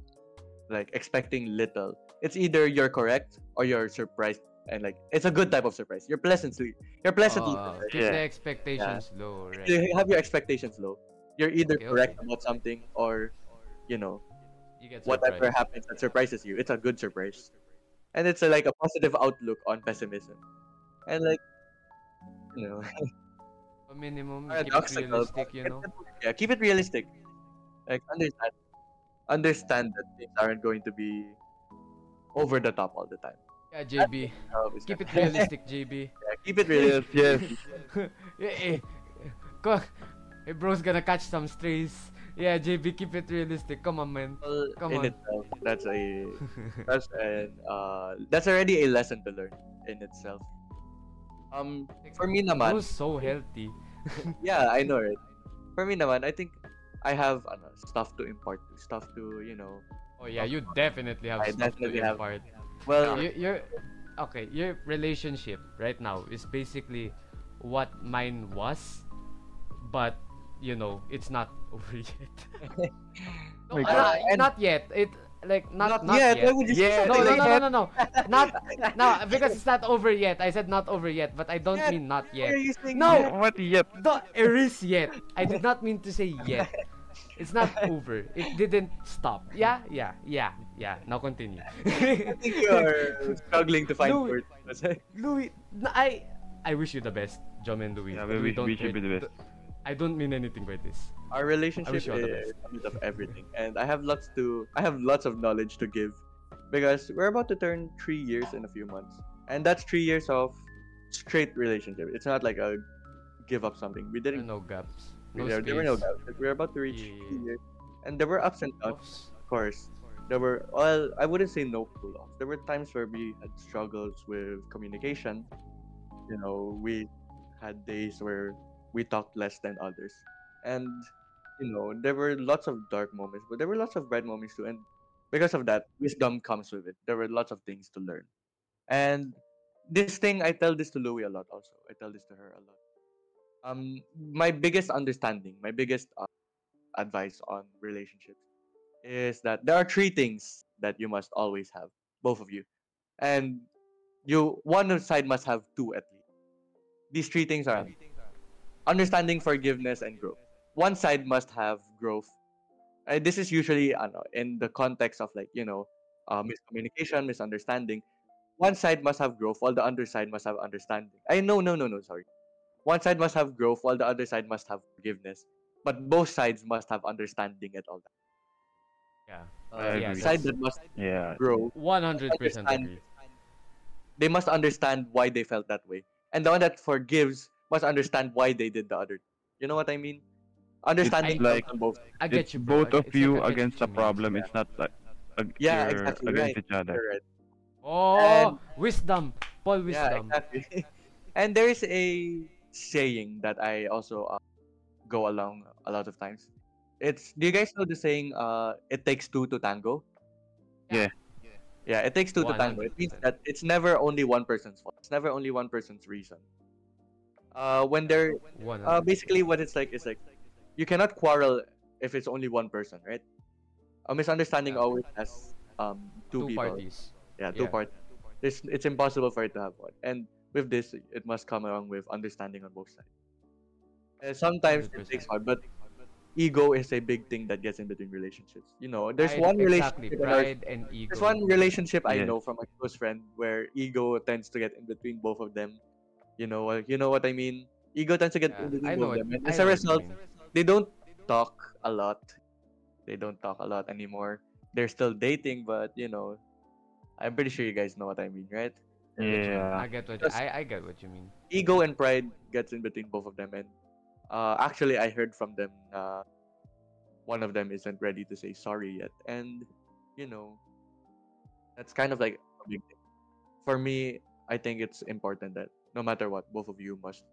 S1: like expecting little, it's either you're correct or you're surprised, and like it's a good type of surprise. You're pleasantly, you're pleasantly.
S2: Oh,
S1: surprised.
S2: keep
S3: Yeah.
S2: the expectations low, right?
S1: You have your expectations low. You're either
S2: Okay,
S1: correct
S2: okay.
S1: about something or, you know,
S2: You get
S1: whatever
S2: surprised.
S1: happens that surprises you. It's a good surprise. And it's a, like a positive outlook on pessimism. And like, you know,
S2: Minimum, keep it
S1: paradoxical,
S2: realistic,
S1: but
S2: you
S1: keep
S2: know.
S1: it- yeah, keep it realistic. Like understand, understand that things aren't going to be over the top all the time.
S2: Yeah, JB.
S1: Um, it's
S2: Keep it
S1: not-
S2: realistic, JB.
S1: yeah, keep it realistic.
S3: Yes, yes.
S2: eh, eh. Ko- eh, bro's gonna catch some strays. Yeah, JB, keep it realistic. Come on, man. Come
S1: in
S2: on.
S1: itself, that's a that's an uh, that's already a lesson to learn in itself. Um, for me, naman,
S2: Bro's so healthy.
S1: yeah, I know, right? For me naman, I think I have ano, stuff to impart, stuff to, you know,
S2: Oh yeah, you definitely have
S1: I
S2: stuff to
S1: definitely have-
S2: impart.
S1: well,
S2: You, your okay, your relationship right now is basically what mine was, but you know it's not over yet. no,
S3: My
S2: uh,
S3: God.
S2: not- not yet. It like
S1: Oh
S2: not
S1: not, yet. Why would you say
S3: Yeah,
S2: No,
S1: something
S2: no,
S1: like that?
S2: no, no, no, no. Not no, because it's not over yet. I said not over yet, but I don't
S1: Yeah,
S2: mean not
S1: Why are
S2: yet.
S1: you saying
S2: No.
S1: that?
S3: What yet?
S2: Don't erase yet. I did not mean to say yet. It's not over. It didn't stop. Yeah, yeah, yeah, yeah. Now continue.
S1: I think you're struggling to find
S2: No.
S1: words.
S2: Louis, n- I I wish you the best, John and Louis.
S3: Yeah,
S2: but we
S3: we wish-
S2: don't
S3: we should
S2: care-
S3: be the best.
S2: I don't mean anything by this.
S1: Our relationship is
S2: wish you all the
S1: a bit of everything, and I have lots to, I have lots of knowledge to give, because we're about to turn three years in a few months, and that's three years of straight relationship. It's not like a give up something. We
S2: There are
S1: didn't.
S2: no gaps. No
S1: we- there, there were no
S2: space.
S1: doubts. Like, we were about to reach
S2: Yeah.
S1: three years, and there were ups and downs.
S2: Oops.
S1: Of course, there were well, I wouldn't say no pull offs. There were times where we had struggles with communication. You know, we had days where we talked less than others, and you know, there were lots of dark moments, but there were lots of bright moments too. And because of that, wisdom comes with it. There were lots of things to learn, and this thing I tell this to Louie a lot. Also, I tell this to her a lot. Um, my biggest understanding, my biggest uh, advice on relationships is that there are three things that you must always have, both of you, and you one side must have two at least. These three things are understanding, forgiveness, and growth. One side must have growth. Uh, this is usually ano, in the context of like you know uh, miscommunication, misunderstanding. One side must have growth, while the other side must have understanding. I no no no no sorry. One side must have growth, while the other side must have forgiveness. But both sides must have understanding at all times.
S2: Yeah.
S3: I
S1: Uh,
S3: agree.
S1: side that must
S3: Yeah.
S1: grow.
S2: One hundred percent agree.
S1: Understand. They must understand why they felt that way, and the one that forgives must understand why they did the other. You know what I mean? Understanding comes
S3: like-
S1: from both.
S2: I get
S3: It's
S2: you. bro.
S3: both
S2: I-
S3: of
S2: it's like
S3: you
S2: I get
S3: against
S2: you
S3: a
S2: mean.
S3: problem. It's not like ag-
S1: Yeah,
S3: you're
S1: exactly,
S3: against
S1: right.
S3: each other.
S1: You're right.
S2: Oh, wisdom. Paul
S1: Yeah,
S2: wisdom.
S1: exactly. and there is a saying that I also uh, go along a lot of times. It's do you guys know the saying? Uh, it takes two to tango.
S3: Yeah.
S1: Yeah, it takes two to tango. It means
S2: 100%.
S1: that it's never only one person's fault. It's never only one person's reason. Uh, when there,
S2: One.
S1: Um, uh, basically what it's like is like you cannot quarrel if it's only one person, right? A misunderstanding
S2: Yeah.
S1: always has um, two,
S2: Two
S1: people.
S2: parties.
S1: Yeah, two
S2: Yeah.
S1: parties. It's, it's impossible for it to have one. And with this, it must come along with understanding on both sides. And sometimes it
S2: 100%.
S1: takes hard, but ego is a big thing that gets in between relationships. You know, there's
S2: Pride-
S1: one relationship.
S2: Exactly.
S1: in our-
S2: Pride and ego.
S1: there's one relationship I
S3: Yes.
S1: know from a close friend where ego tends to get in between both of them. You know what you know what I mean? Ego tends to get
S2: Yeah,
S1: in between
S2: I know
S1: both of
S2: what-
S1: them. And
S2: I
S1: as a
S2: know what you
S1: result,
S2: mean.
S1: they don't talk a lot. They don't talk a lot anymore. They're still dating, but you know, I'm pretty sure you guys know what I mean, right?
S3: Yeah.
S2: I get what
S1: Just-
S2: I, I get what you mean.
S1: Ego and pride gets in between both of them, and uh, actually, I heard from them uh, one of them isn't ready to say sorry yet, and you know, that's kind of like a big thing. For me, I think it's important that no matter what, both of you must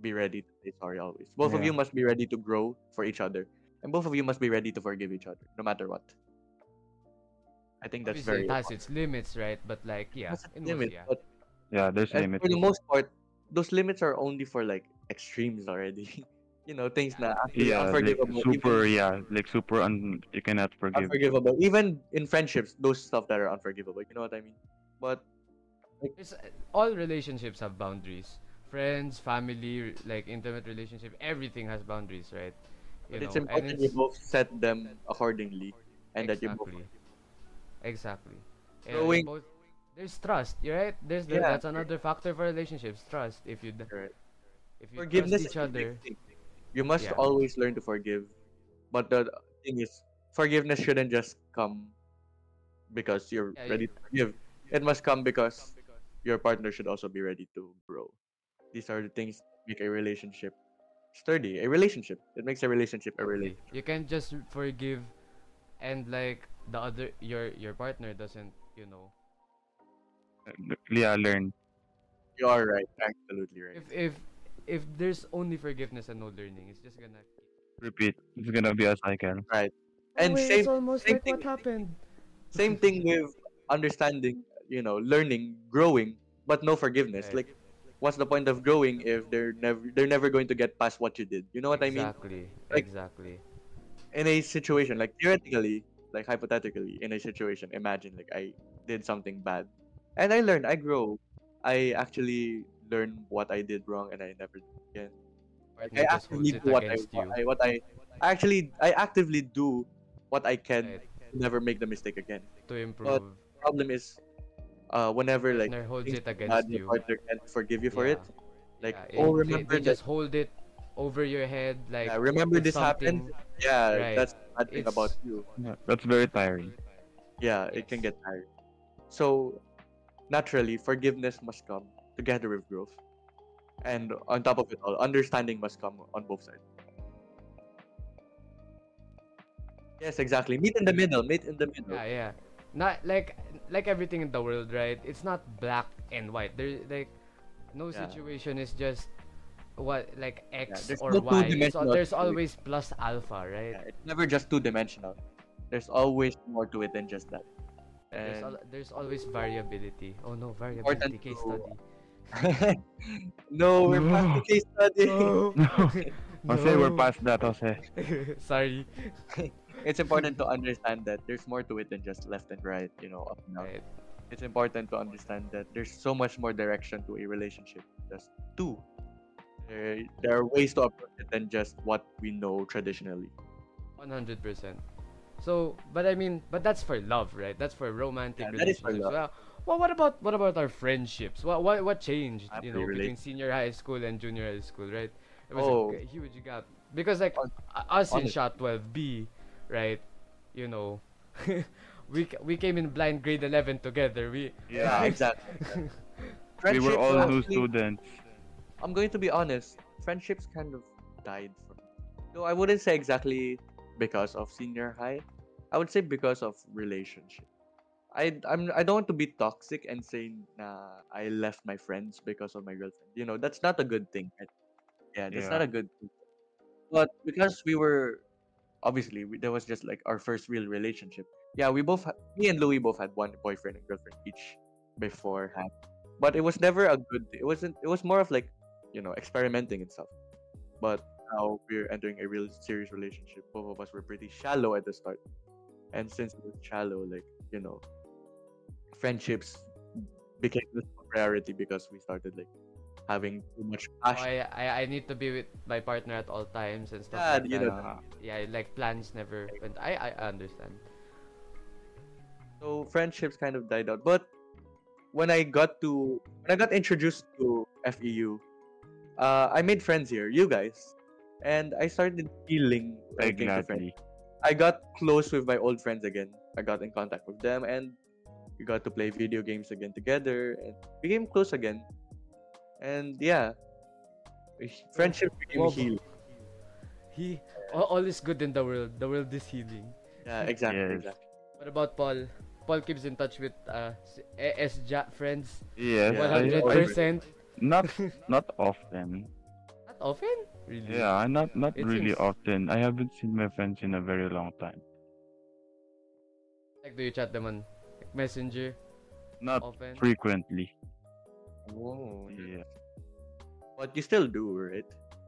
S1: be ready to say sorry always. Both of
S3: Yeah.
S1: you must be ready to grow for each other, and both of you must be ready to forgive each other, no matter what. I think that's very
S2: Obviously, it has its limits, right? But like, yeah,
S1: That's a
S2: in most,
S1: limit,
S2: yeah.
S1: but
S3: Yeah, there's
S1: and
S3: limits.
S1: for the most part, those limits are only for like extremes already. you know, things that
S3: Yeah, like
S1: unforgivable.
S3: super.
S1: even,
S3: Yeah, like super. Un- you cannot forgive.
S1: unforgivable. Even in friendships, those stuff that are unforgivable. You know what I mean? But
S2: It's uh, all relationships have boundaries. Friends, family, re- like intimate relationship, everything has boundaries, right? You
S1: but it's
S2: know,
S1: important
S2: and
S1: you
S2: it's-
S1: both set them accordingly, and that you both.
S2: exactly. Exactly. And
S1: Showing-
S2: both- there's trust, you're right? There's the,
S1: Yeah.
S2: that's another factor for relationships, trust. If you d-
S1: Correct.
S2: if you
S1: Forgiveness is
S2: trust
S1: a
S2: each
S1: big
S2: other,
S1: thing. You must
S2: Yeah.
S1: always learn to forgive, but the thing is, forgiveness shouldn't just come because you're
S2: Yeah, you-
S1: ready to forgive. It must come because your partner should also be ready to grow. These are the things that make a relationship sturdy. A relationship. It makes a relationship a
S2: Totally.
S1: relationship.
S2: You can just r- forgive, and like the other your your partner doesn't, you know.
S3: Yeah, learn.
S1: You are right. Absolutely right.
S2: If if if there's only forgiveness and no learning, it's just gonna.
S3: Repeat. It's gonna be a cycle.
S1: and same
S2: almost
S1: same like what thing-
S2: happened.
S1: same thing with understanding, you know, learning, growing, but no forgiveness.
S2: Right.
S1: Like what's the point of growing if they're never they're never going to get past what you did? You know what I mean?
S2: exactly,
S1: Like-
S2: exactly.
S1: in a situation like theoretically like hypothetically in a situation imagine like i did something bad and i learn i grow i actually learn what i did wrong and i never
S2: Partner
S1: i
S2: just holds
S1: actually
S2: it
S1: do what I,
S2: against
S1: what
S2: you.
S1: I what i actually i actively do what i can to
S2: Right.
S1: never make the mistake again
S2: to improve.
S1: problem is uh whenever like
S2: partner holds
S1: things
S2: it
S1: go
S2: against
S1: bad, your
S2: you.
S1: partner can't forgive you for it
S2: Yeah.
S1: like
S2: Yeah,
S1: oh
S2: it- they-
S1: remember
S2: they,
S1: that
S2: just hold it over your head, like
S1: yeah, remember
S2: it's
S1: this happened
S2: something-
S1: yeah
S2: Right.
S1: that's the bad thing about
S2: It's-
S1: you
S3: That's very tiring.
S1: Yeah, it can get
S2: Yes.
S1: tired. So, naturally, forgiveness must come together with growth. And on top of it all, understanding must come on both sides. Yes, exactly. Meet in the middle. Meet in the middle.
S2: Yeah, yeah. Not like like everything in the world, right? It's not black and white. There like no
S1: Yeah.
S2: situation is just what like X
S1: there's
S2: or
S1: no
S2: Y. It's, al-
S1: two-dimensional
S2: there's
S1: to it.
S2: always plus alpha, right?
S1: Yeah, it's never just two dimensional. There's always more to it than just that.
S2: There's,
S1: And
S2: al- there's always variability. Oh no, variability
S1: Important
S2: case
S1: to-
S2: study.
S1: no, we're past the
S3: No.
S1: case study.
S3: No. Jose, we're past that, Jose.
S2: Sorry.
S1: It's important to understand that there's more to it than just left and right. You know, up and down.
S2: Right.
S1: it's important to understand that there's so much more direction to a relationship than just two. There, there are ways to approach it than just what we know traditionally.
S2: One hundred percent. So, but I mean, but that's for love, right? That's for romantic
S1: Yeah, that is for
S2: relationships. Well, well, what about what about our friendships? What what what changed?
S1: I
S2: you know,
S1: really-
S2: between senior high school and junior high school, right? It was
S1: Oh.
S2: a g- huge gap because like
S1: Hon-
S2: u- us in
S1: honest.
S2: shot twelve B, right? You know, we c- we came in blind grade eleven together. We
S1: Yeah, exactly.
S3: We
S1: Friendships
S3: were all new
S1: actually-
S3: students.
S1: I'm going to be honest. Friendships kind of died for me. No, I wouldn't say exactly because of senior high. I would say because of relationship. I I'm I don't want to be toxic and say nah, I left my friends because of my girlfriend. You know that's not a good thing. right? Yeah, that's
S3: Yeah.
S1: not a good thing. But because we were obviously we, there was just like our first real relationship. Yeah, we both ha- me and Louis both had one boyfriend and girlfriend each beforehand. But it was never a good. It wasn't. It was more of like you know experimenting and stuff. But now we're entering a real serious relationship. Both of us were pretty shallow at the start, and since it was shallow, like you know, friendships became this priority because we started like having too much
S2: Oh,
S1: passion.
S2: I, I I need to be with my partner at all times and stuff.
S1: Yeah,
S2: like
S1: you
S2: that.
S1: know,
S2: Yeah, like plans never. And I I understand.
S1: so friendships kind of died out. But when I got to when I got introduced to FEU, uh, I made friends here, you guys, and I started feeling when it came to friends.
S3: Exactly.
S1: I got close with my old friends again. I got in contact with them and we got to play video games again together and became close again. And yeah, friendship became
S2: Wow.
S1: healed.
S2: He all, all is good in the world. The world is healing.
S1: Yeah, exactly.
S3: Yes.
S1: exactly.
S2: What about Paul? Paul keeps in touch with uh s- eh, S ja friends.
S3: Yes.
S1: Yeah.
S2: One
S3: I-
S2: hundred
S3: I,
S2: percent.
S3: not not often.
S2: Not often. Really.
S3: Yeah, not not
S2: It
S3: really
S2: seems-
S3: often. I haven't seen my friends in a very long time.
S2: Like do you chat them on Messenger
S3: Not
S2: often?
S3: frequently.
S2: Oh,
S1: Whoa.
S3: Yeah.
S1: But you still do, right?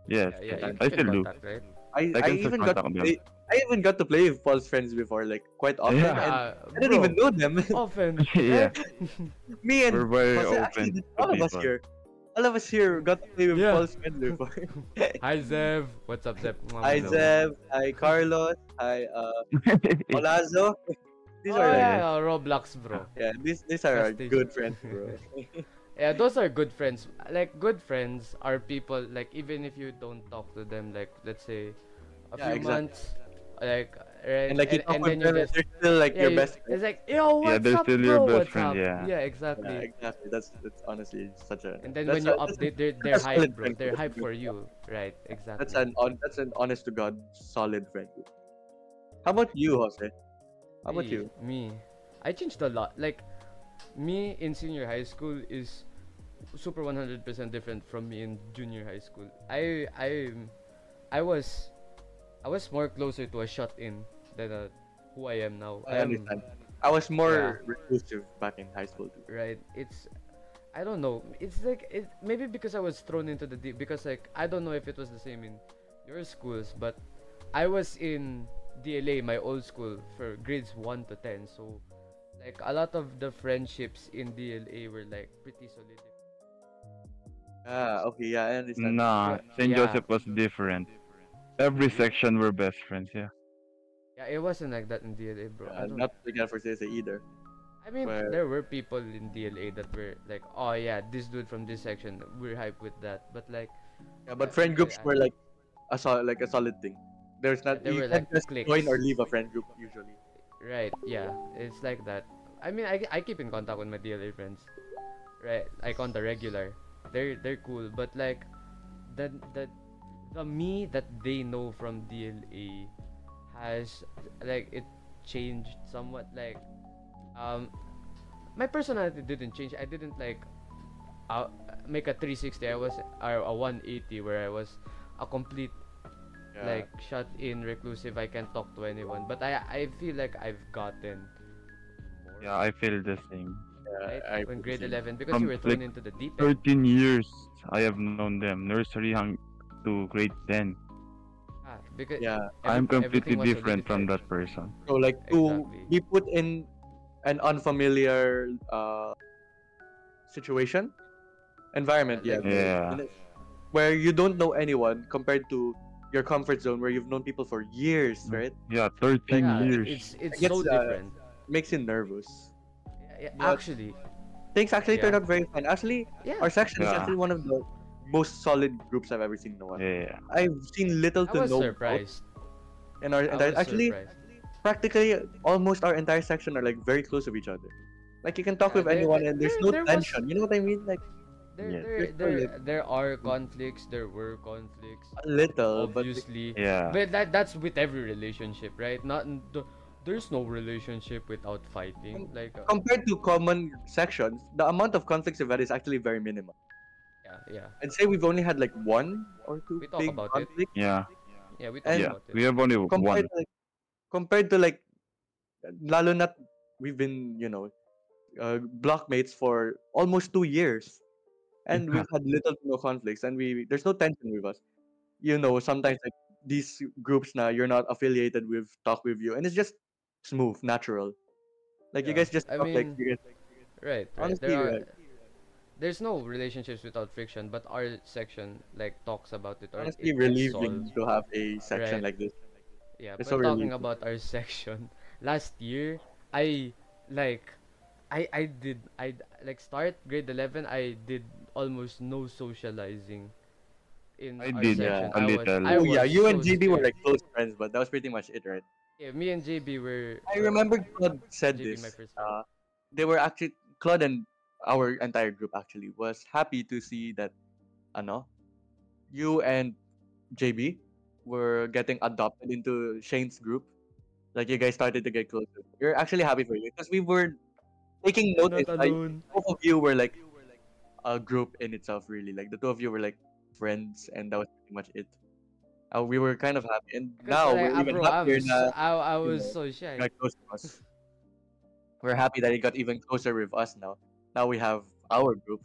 S3: Yes.
S2: Yeah, yeah, you
S3: I
S2: keep in
S3: still do.
S2: contact, right?
S1: I,
S3: I
S1: I,
S3: can still
S1: even got to
S3: contact them.
S1: play, I even got to play with Paul's friends before, like quite often.
S3: Yeah.
S1: And
S2: Yeah,
S1: I didn't
S2: Uh, bro,
S1: even know them.
S2: often.
S3: yeah.
S1: Me and
S3: We're very
S1: Paul's- actually,
S3: open.
S1: all
S3: to
S1: of us
S3: people.
S1: here. All of us here got to play with
S2: Yeah.
S1: Paul's friends before.
S2: Hi Zev. What's up Zev? Mwah,
S1: Hi
S2: mwah, mwah.
S1: Zeb, hi Carlos, hi uh, Olazo. these
S2: oh,
S1: are like,
S2: yeah, Roblox, bro.
S1: yeah, these these are our
S2: Trusty.
S1: good friends, bro.
S2: Yeah, those are good friends. Like good friends are people like even if you don't talk to them, like let's say a
S1: Yeah,
S2: few
S1: exactly.
S2: months, like right,
S1: and like you
S2: and,
S1: talk
S2: and
S1: with
S2: then you
S1: them, and
S2: just
S1: they're still like
S2: yeah,
S1: your
S2: you-
S1: best friends.
S2: It's like yo, what's
S3: Yeah, they're
S2: up,
S3: still
S2: bro?
S3: your best
S2: what's
S3: friend,
S2: up?
S3: yeah.
S2: exactly.
S1: Yeah, exactly. That's that's honestly such a.
S2: And then
S1: that's
S2: when you
S1: a- that's-
S2: update, they're they're
S1: that's a
S2: hype,
S1: solid
S2: bro.
S1: friend
S2: They're
S1: group.
S2: hype for you, right? Exactly.
S1: That's an on, that's an honest to god solid friend group. How about you, Jose? How about
S2: Me-
S1: you?
S2: Me. I changed a lot. Like, me in senior high school is super 100% different from me in junior high school. I I I was I was more closer to a shut in than a, who I am now.
S1: I
S2: am-
S1: understand. I was more
S2: um, Yeah.
S1: reclusive back in high school too.
S2: right it's i don't know it's like it maybe because i was thrown into the deep because like i don't know if it was the same in your schools but i was in dla my old school for grades 1 to 10 so like a lot of the friendships in dla were like pretty solid
S1: Ah, okay, yeah, I understand.
S3: Nah, Saint
S2: Yeah. Mm-hmm.
S3: Joseph was different. Every section were best friends. Yeah.
S2: yeah it wasn't like that in dla bro I,
S1: Uh,
S2: don't,
S1: not looking at first either.
S2: I mean
S1: where-
S2: there were people in dla that were like oh yeah this dude from this section we're hyped with that but like
S1: Yeah, but
S2: Yeah,
S1: friend groups
S2: yeah.
S1: were like a sol- like a solid thing. There's not
S2: They
S1: you
S2: were
S1: can't
S2: like
S1: just
S2: cliques.
S1: join or leave a friend group usually.
S2: Right, yeah. It's like that. I mean, I, I keep in contact with my DLA friends. Right, like on the regular. They're they're cool, but like the the the me that they know from DLA has like it changed somewhat like um my personality didn't change. I didn't like uh, make a 360. I was or a 180 where I was a complete like shut in reclusive i can't talk to anyone but i i feel like i've gotten more
S3: Yeah, I feel the same.
S2: right?
S1: I- I
S2: when grade
S1: see.
S2: 11 because
S3: From,
S2: you were thrown
S3: like,
S2: into the deep end
S3: Thirteen years I have known them. Nursery hung to grade ten.
S2: Ah, because
S1: Yeah.
S3: I'm
S2: every- everything
S3: completely
S2: was
S3: different from
S2: solidified.
S3: that person.
S1: So like to
S2: Exactly.
S1: be put in an unfamiliar uh, situation, environment, yeah,
S2: Yeah, like-
S3: Yeah.
S1: where you don't know anyone compared to your comfort zone where you've known people for years,
S3: Mm.
S1: right?
S3: Yeah, thirteen
S2: yeah,
S3: years.
S2: it's it's
S1: Gets,
S2: so
S1: uh,
S2: different
S1: Makes you nervous.
S2: yeah, yeah,
S1: but-
S2: actually
S1: Things actually turned
S2: Yeah.
S1: out very fun. Actually,
S2: yeah
S1: our section is
S3: Yeah.
S1: actually one of the most solid groups I've ever seen in a while.
S3: Yeah.
S1: I've seen little
S2: i
S1: to
S2: was
S1: no growth
S2: surprised
S1: in our
S2: I
S1: entire.
S2: was
S1: Actually,
S2: surprised.
S1: practically almost our entire section are like very close with each other. Like you can talk
S2: Yeah,
S1: with
S2: there-
S1: anyone and
S2: there-
S1: there's
S2: there-
S1: no
S2: there was-
S1: tension. You know what I mean? Like
S2: there, there,
S3: Yeah.
S1: Different,
S2: there,
S1: like-
S2: there are conflicts there were conflicts
S1: a little, Uh, but
S2: obviously
S3: Yeah.
S2: But that that's with every relationship, right? Not the, there's no relationship without
S1: Um,
S2: fighting. Like uh,
S1: compared to common sections, the amount of conflicts we've had is actually very minimal.
S2: yeah, yeah,
S1: I'd say we've only had like one or two
S2: We talk
S1: big
S2: about it.
S1: conflicts
S3: Yeah.
S2: yeah. We talked
S1: And-
S3: Yeah.
S2: about it.
S3: We have only one.
S1: compared to like compared to like lalo na we've been, you know, uh, blockmates for
S2: Mm-hmm.
S1: almost two years. And we've had little to no conflicts and we there's no tension with us. you know sometimes like these groups now you're not affiliated with talk with you and it's just smooth natural like you
S2: Yeah.
S1: guys just
S2: I
S1: talk, like
S2: mean,
S1: you guys
S2: Right. right.
S1: Honestly,
S2: there are,
S1: right.
S2: There's no relationships without friction, but our section like talks about it. Or
S1: honestly
S2: uh, it gets
S1: relieving
S2: solved.
S1: to have a section
S2: Right.
S1: like this
S2: Yeah, but
S1: It's so
S2: talking
S1: relieving.
S2: about our section, last year I like I I did I like start grade eleven. I did almost no socializing. In
S3: I
S2: our
S3: did,
S2: section.
S3: yeah, uh, a
S2: I was,
S3: little.
S2: I
S1: oh yeah
S2: was
S1: you and
S2: so
S1: gb were
S2: scared.
S1: like close friends but that was pretty much it right
S2: Yeah, me and JB were.
S1: i
S2: were-
S1: remember claude said
S2: JB, my
S1: this
S2: first friend.
S1: uh, they were actually claude and our entire group actually was happy to see that ano you and jb were getting adopted into shane's group like you guys started to get closer we are actually happy for you because we were taking
S2: We're
S1: notice
S2: not
S1: like
S2: alone.
S1: both of you were like a group in itself, really. Like the two of you were like friends, and that was pretty much it. Uh, we were kind of happy, and
S2: Because
S1: now
S2: like,
S1: we're even
S2: abro,
S1: happier
S2: abs,
S1: that
S2: I, I was
S1: know,
S2: so shy.
S1: it got close to us. We're happy that it got even closer with us now. Now we have our group,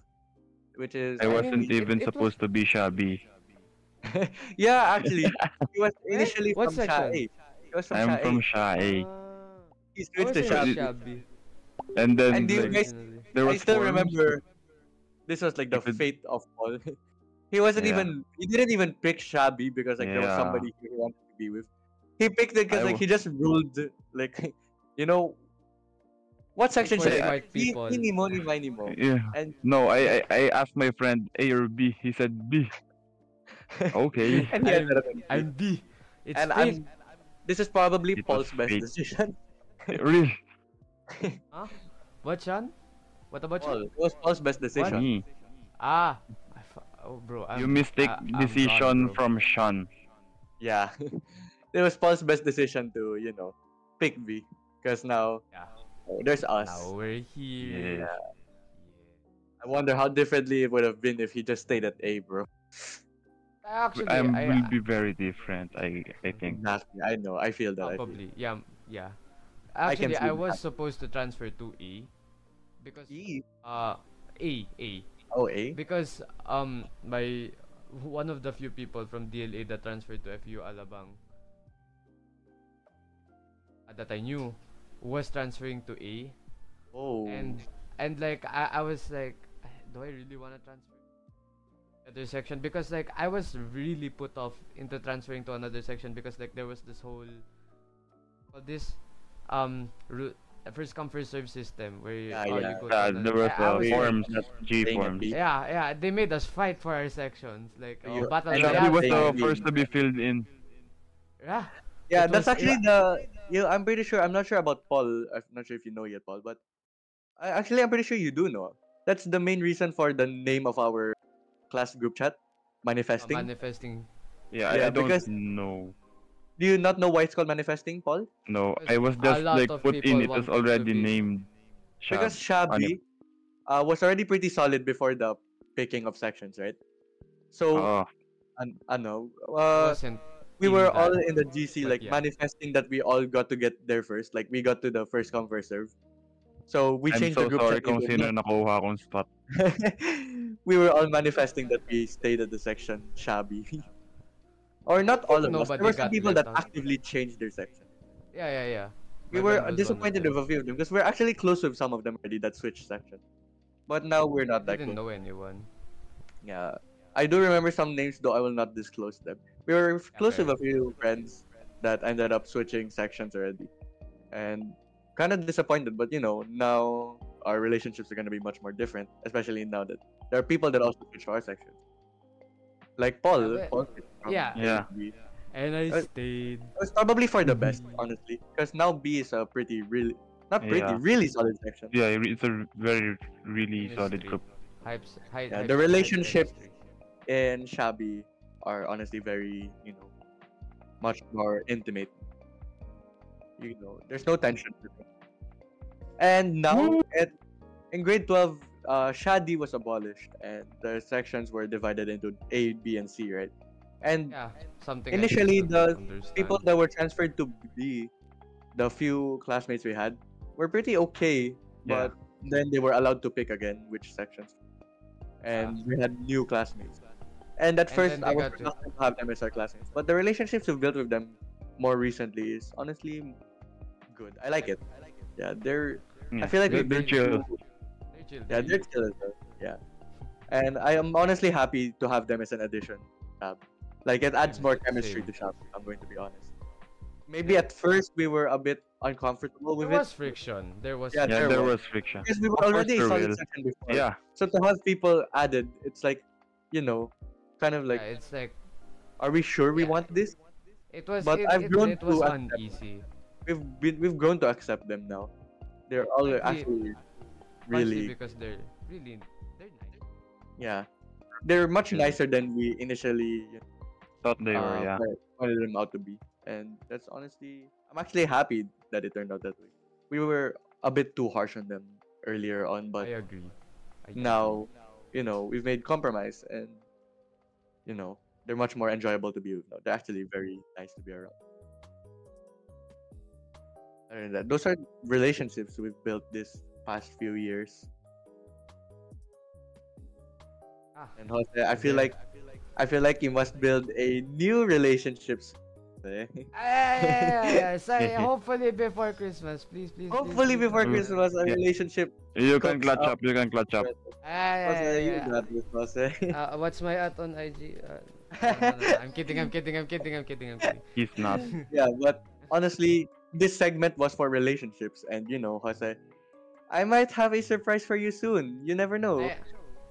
S1: which is
S3: I
S2: mean,
S3: wasn't
S2: it-
S3: even
S2: it was-
S3: supposed to be shabby.
S1: yeah, actually, he was
S2: Right?
S1: initially
S2: What
S1: from Sha
S2: section?
S1: A. He was from
S3: I'm
S1: Sha
S3: from
S1: A.
S3: Sha
S2: Ah,
S3: A.
S1: He
S2: I
S1: switched to
S2: wasn't
S1: Sha B.
S2: shabby.
S3: And then
S1: And you
S3: like,
S1: guys-
S2: originally.
S3: there
S1: I
S3: was
S1: still
S3: forums.
S1: remember. This was like the
S3: Because-
S1: fate of Paul. he wasn't
S3: Yeah.
S1: even. He didn't even pick Shabby because like there was
S3: Yeah.
S1: somebody he wanted to be with. He picked it because
S3: I
S1: like he just ruled like, you know, what section
S2: for
S1: should I?
S2: smart
S1: Ni-
S2: people.
S1: Ni mo, ni mai ni mo.
S3: Yeah.
S1: And
S3: No, I, I I asked my friend A or B. He said B. Okay.
S1: and he
S2: I'm-
S1: ended up in B.
S2: I'm B. It's
S1: and
S2: fake.
S1: I'm, this is probably
S3: It was
S1: Paul's best
S3: fate.
S1: decision.
S3: Real.
S2: Huh? What, Chan? What about
S1: Paul, it
S2: you?
S1: was Paul's best decision.
S3: Me.
S2: Ah. I fu- oh, bro. I'm,
S3: You mistake
S2: I- I'm
S3: decision
S2: gone, bro.
S3: from Sean.
S1: Yeah, it was Paul's best decision to you know pick V because now
S2: Yeah.
S1: there's us.
S2: Now we're here.
S1: I
S3: Yeah.
S1: wonder how differently it would have been if he just stayed at A, bro.
S2: I Actually,
S3: I
S2: I,
S3: will be very different. I I think.
S1: Exactly. I know. I feel that. I feel-
S2: probably. Yeah. m- Yeah.
S1: I can
S2: Actually,
S1: see that.
S2: I, was supposed to transfer to E because
S1: E.
S2: uh E. A A
S1: Oh, A.
S2: because um my one of the few people from DLA that transferred to FU Alabang uh, that I knew was transferring to A
S1: Oh.
S2: and and like I, I was like do I really want to transfer to another section because like I was really put off into transferring to another section because like there was this whole well, this um ru- first come first serve system where
S1: Yeah,
S2: oh,
S1: yeah.
S2: you go to
S3: Yeah,
S2: another-
S3: there was
S2: I- I
S3: uh,
S2: was like-
S3: forms, not G
S1: Staying at
S3: forms.
S1: B.
S2: yeah, yeah, they made us fight for our sections, like
S1: So
S2: oh,
S1: you-
S2: battle
S1: and
S3: Shabby
S1: Yeah,
S3: was
S1: they-
S3: the
S2: royale.
S1: they-
S3: first to be filled in.
S2: Yeah,
S1: yeah,
S2: it
S1: that's
S2: was-
S1: actually the. Yeah, I'm pretty sure. I'm not sure about Paul. I'm not sure if you know yet, Paul. But I, actually, I'm pretty sure you do know. That's the main reason for the name of our class group chat, manifesting.
S2: Oh, manifesting.
S3: Yeah, I,
S1: Yeah,
S3: I don't
S1: because-
S3: know.
S1: do you not know why it's called manifesting, Paul?
S3: No,
S2: Because
S3: I was
S2: a
S3: just
S2: lot
S3: like
S2: of
S3: put
S2: people
S3: in. It
S2: wanted
S3: was
S2: to
S3: already
S2: be-
S3: named. Shab.
S1: Because Shabby uh, was already pretty solid before the picking of sections, right? So,
S3: Oh,
S1: an- ano,
S2: It
S1: uh,
S2: wasn't
S1: we were
S2: in
S1: all
S2: that,
S1: in the GC,
S2: but
S1: like
S2: yeah.
S1: manifesting that we all got to get there first. Like we got to the first come first serve. So we
S3: I'm
S1: changed
S3: so
S1: the group.
S3: sorry
S1: chat
S3: kung
S1: into-
S3: sino nakuha kong spot.
S1: we were all manifesting that we stayed at the section shabby, or not all of us. There
S2: Nobody
S1: were some
S2: got
S1: people
S2: let
S1: that
S2: down.
S1: actively changed their section.
S2: yeah, yeah, yeah.
S1: We
S2: My friend was one
S1: were
S2: of
S1: disappointed
S2: them.
S1: with a few of them because we're actually close with some of them already that switched section. But now we're not
S2: I
S1: that
S2: didn't
S1: close.
S2: know anyone.
S1: Yeah, I do remember some names though. I will not disclose them. We were f- close
S2: fair.
S1: with a few friends that ended up switching sections already, and kind of disappointed. But you know, now our relationships are gonna be much more different, especially now that there are people that also switch our sections, like Paul.
S2: Yeah, but-
S1: Paul switched from
S2: yeah.
S1: A to
S3: Yeah.
S1: B.
S2: And I
S1: Uh,
S2: stayed.
S1: It was probably for the best, honestly, because now B is a pretty really not pretty
S3: Yeah.
S1: really solid section.
S3: Yeah, it- it's a very really solid
S2: Ministry.
S3: group.
S2: Hypes, hy-
S1: Yeah,
S2: hypes-
S1: the
S2: hype
S1: relationship-
S2: industry.
S1: and Shabby are honestly very, you know, much more intimate. You know, there's no tension. between them. And now, at, in grade 12, uh, Shadi was abolished, and the sections were divided into A, B, and C, right? And
S2: Yeah, something. I
S1: Initially,
S2: didn't
S1: the
S2: understand.
S1: people that were transferred to B, the few classmates we had, were pretty okay,
S3: Yeah.
S1: but then they were allowed to pick again which sections. And we had new classmates. And at
S2: And
S1: first,
S2: then
S1: I
S2: they
S1: was not
S2: got
S1: to have them as our classmates. But the relationships we've built with them more recently is honestly good. I like it. Yeah, they're. I
S3: Yeah,
S1: feel like
S3: they're,
S1: we've
S3: they're
S1: been
S3: chill.
S1: through-
S2: They're chill.
S1: Yeah, they're chill
S2: chill.
S1: as well. Yeah. And I am honestly happy to have them as an addition. Tab. Like it adds
S2: Yeah,
S1: more chemistry
S2: same.
S1: to shop. I'm going to be honest. Maybe at first we were a bit uncomfortable
S2: There
S1: with
S2: was
S1: it
S2: friction. There was.
S1: Yeah, they're
S3: Yeah, there
S1: chill.
S3: was friction.
S1: because we were
S3: course
S1: already a
S3: there
S1: solid
S3: will.
S1: section before.
S3: Yeah,
S1: So to have people added, it's like, you know, kind of like,
S2: yeah, it's like
S1: are we sure we
S2: Yeah.
S1: want this?
S2: it was.
S1: But
S2: it,
S1: I've
S2: it,
S1: grown
S2: it was
S1: to accept
S2: uneasy.
S1: We've been, we've grown to accept them now. They're all actually
S2: Actually- Mostly
S1: really
S2: because they're really they're nice.
S1: yeah. They're much
S3: Yeah.
S1: nicer than we initially you
S3: thought they were.
S1: uh,
S3: Yeah,
S1: what- what it turned out to be. And that's honestly, I'm actually happy that it turned out that way. We were a bit too harsh on them earlier on, but
S2: I agree. I
S1: now, you know, we've made compromise and, you know, they're much more enjoyable to be with now. They're actually very nice to be around. Other than that, those are relationships we've built this past few years.
S2: agree. Ah,
S1: And Jose, I feel
S2: Yeah.
S1: like I feel like you must build a new relationships. eh?
S2: Ah, yeah, yeah, yeah, yeah. Sorry, hopefully before Christmas, please, please. please,
S1: Hopefully
S2: please,
S1: before
S2: please.
S1: Christmas, a
S3: Yeah.
S1: relationship
S3: you can
S1: Clutch
S3: clutch
S1: up.
S3: up. You can clutch up.
S2: Ah, yeah,
S1: Jose,
S2: yeah,
S1: you
S2: yeah.
S1: got this, Jose.
S2: Uh, what's my at on IG? Uh, no, no, no, I'm kidding, I'm kidding, I'm kidding, I'm kidding, I'm kidding. Uh,
S3: He's not.
S1: yeah, but honestly, this segment was for relationships, and you know, Jose, I might have a surprise for you soon. You never know.
S2: Eh,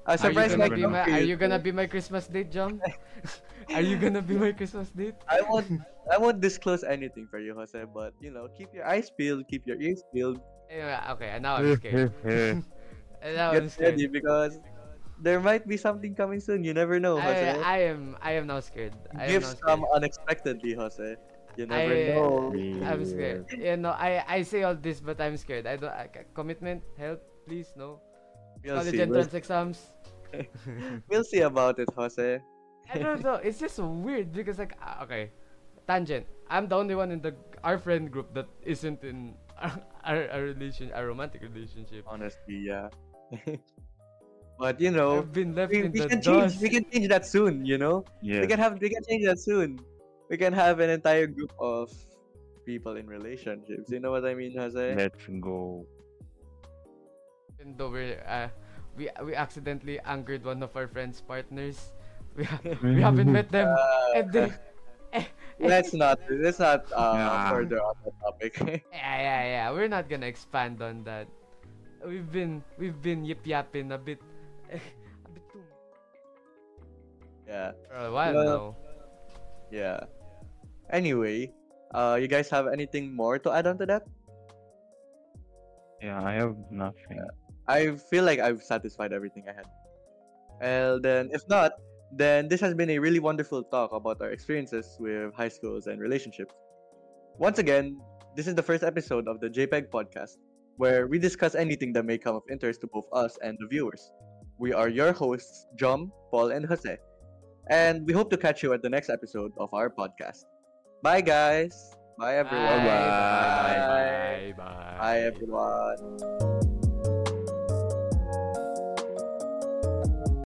S1: a
S2: Are you,
S1: surprise
S2: gonna
S1: like
S2: be
S3: Never
S2: my, are you gonna be my Christmas date, John? are you gonna be my Christmas date?
S1: I won't. I won't disclose anything for you, Jose. But you know, keep your eyes peeled, keep your ears peeled,
S2: Anyway, okay, now I'm scared. And now I'm
S1: get ready
S2: scared.
S1: because there might be something coming soon. You never know,
S2: I,
S1: Jose.
S2: I am I am now scared. I am now
S1: Gifts
S2: scared.
S1: come unexpectedly, Jose. You never
S2: I-
S1: know.
S2: I'm scared. You know, I I say all this, but I'm scared. I don't. I, ca- commitment, help, please, no.
S1: We'll
S2: College
S1: see. We'll,
S2: entrance exams.
S1: we'll see about it, Jose.
S2: I don't know. It's just weird because like ah, okay, tangent. I'm the only one in the our friend group that isn't in our our, our relation our romantic relationship.
S1: Honestly, yeah. but you know,
S2: I've been left
S1: Oh, we,
S2: in
S1: we
S2: the
S1: can
S2: dust.
S1: change. We can change that soon. You know, we
S3: Yeah.
S1: can have. We can change that soon. We can have an entire group of people in relationships. You know what I mean, Jose?
S3: Let's go.
S2: Even though we're, uh, we we accidentally angered one of our friends' partners. We, ha- we haven't met them. and they,
S1: Uh, let's not. Let's not uh,
S3: Yeah.
S1: further on the topic.
S2: Yeah, yeah, yeah. We're not gonna expand on that. We've been we've been yip yapping a bit, a bit too
S1: yeah,
S2: for a while
S1: Well,
S2: now.
S1: yeah. Anyway, uh, you guys have anything more to add on to that?
S3: Yeah, I have nothing.
S1: I feel like I've satisfied everything I had. And then, if not, then this has been a really wonderful talk about our experiences with high schools and relationships. Once again, this is the first episode of the JPEG podcast, where we discuss anything that may come of interest to both us and the viewers. We are your hosts, Jom, Paul, and Jose. And we hope to catch you at the next episode of our podcast. Bye, guys. Bye, everyone.
S2: Bye,
S3: Bye.
S2: bye, bye, bye,
S1: Bye, everyone.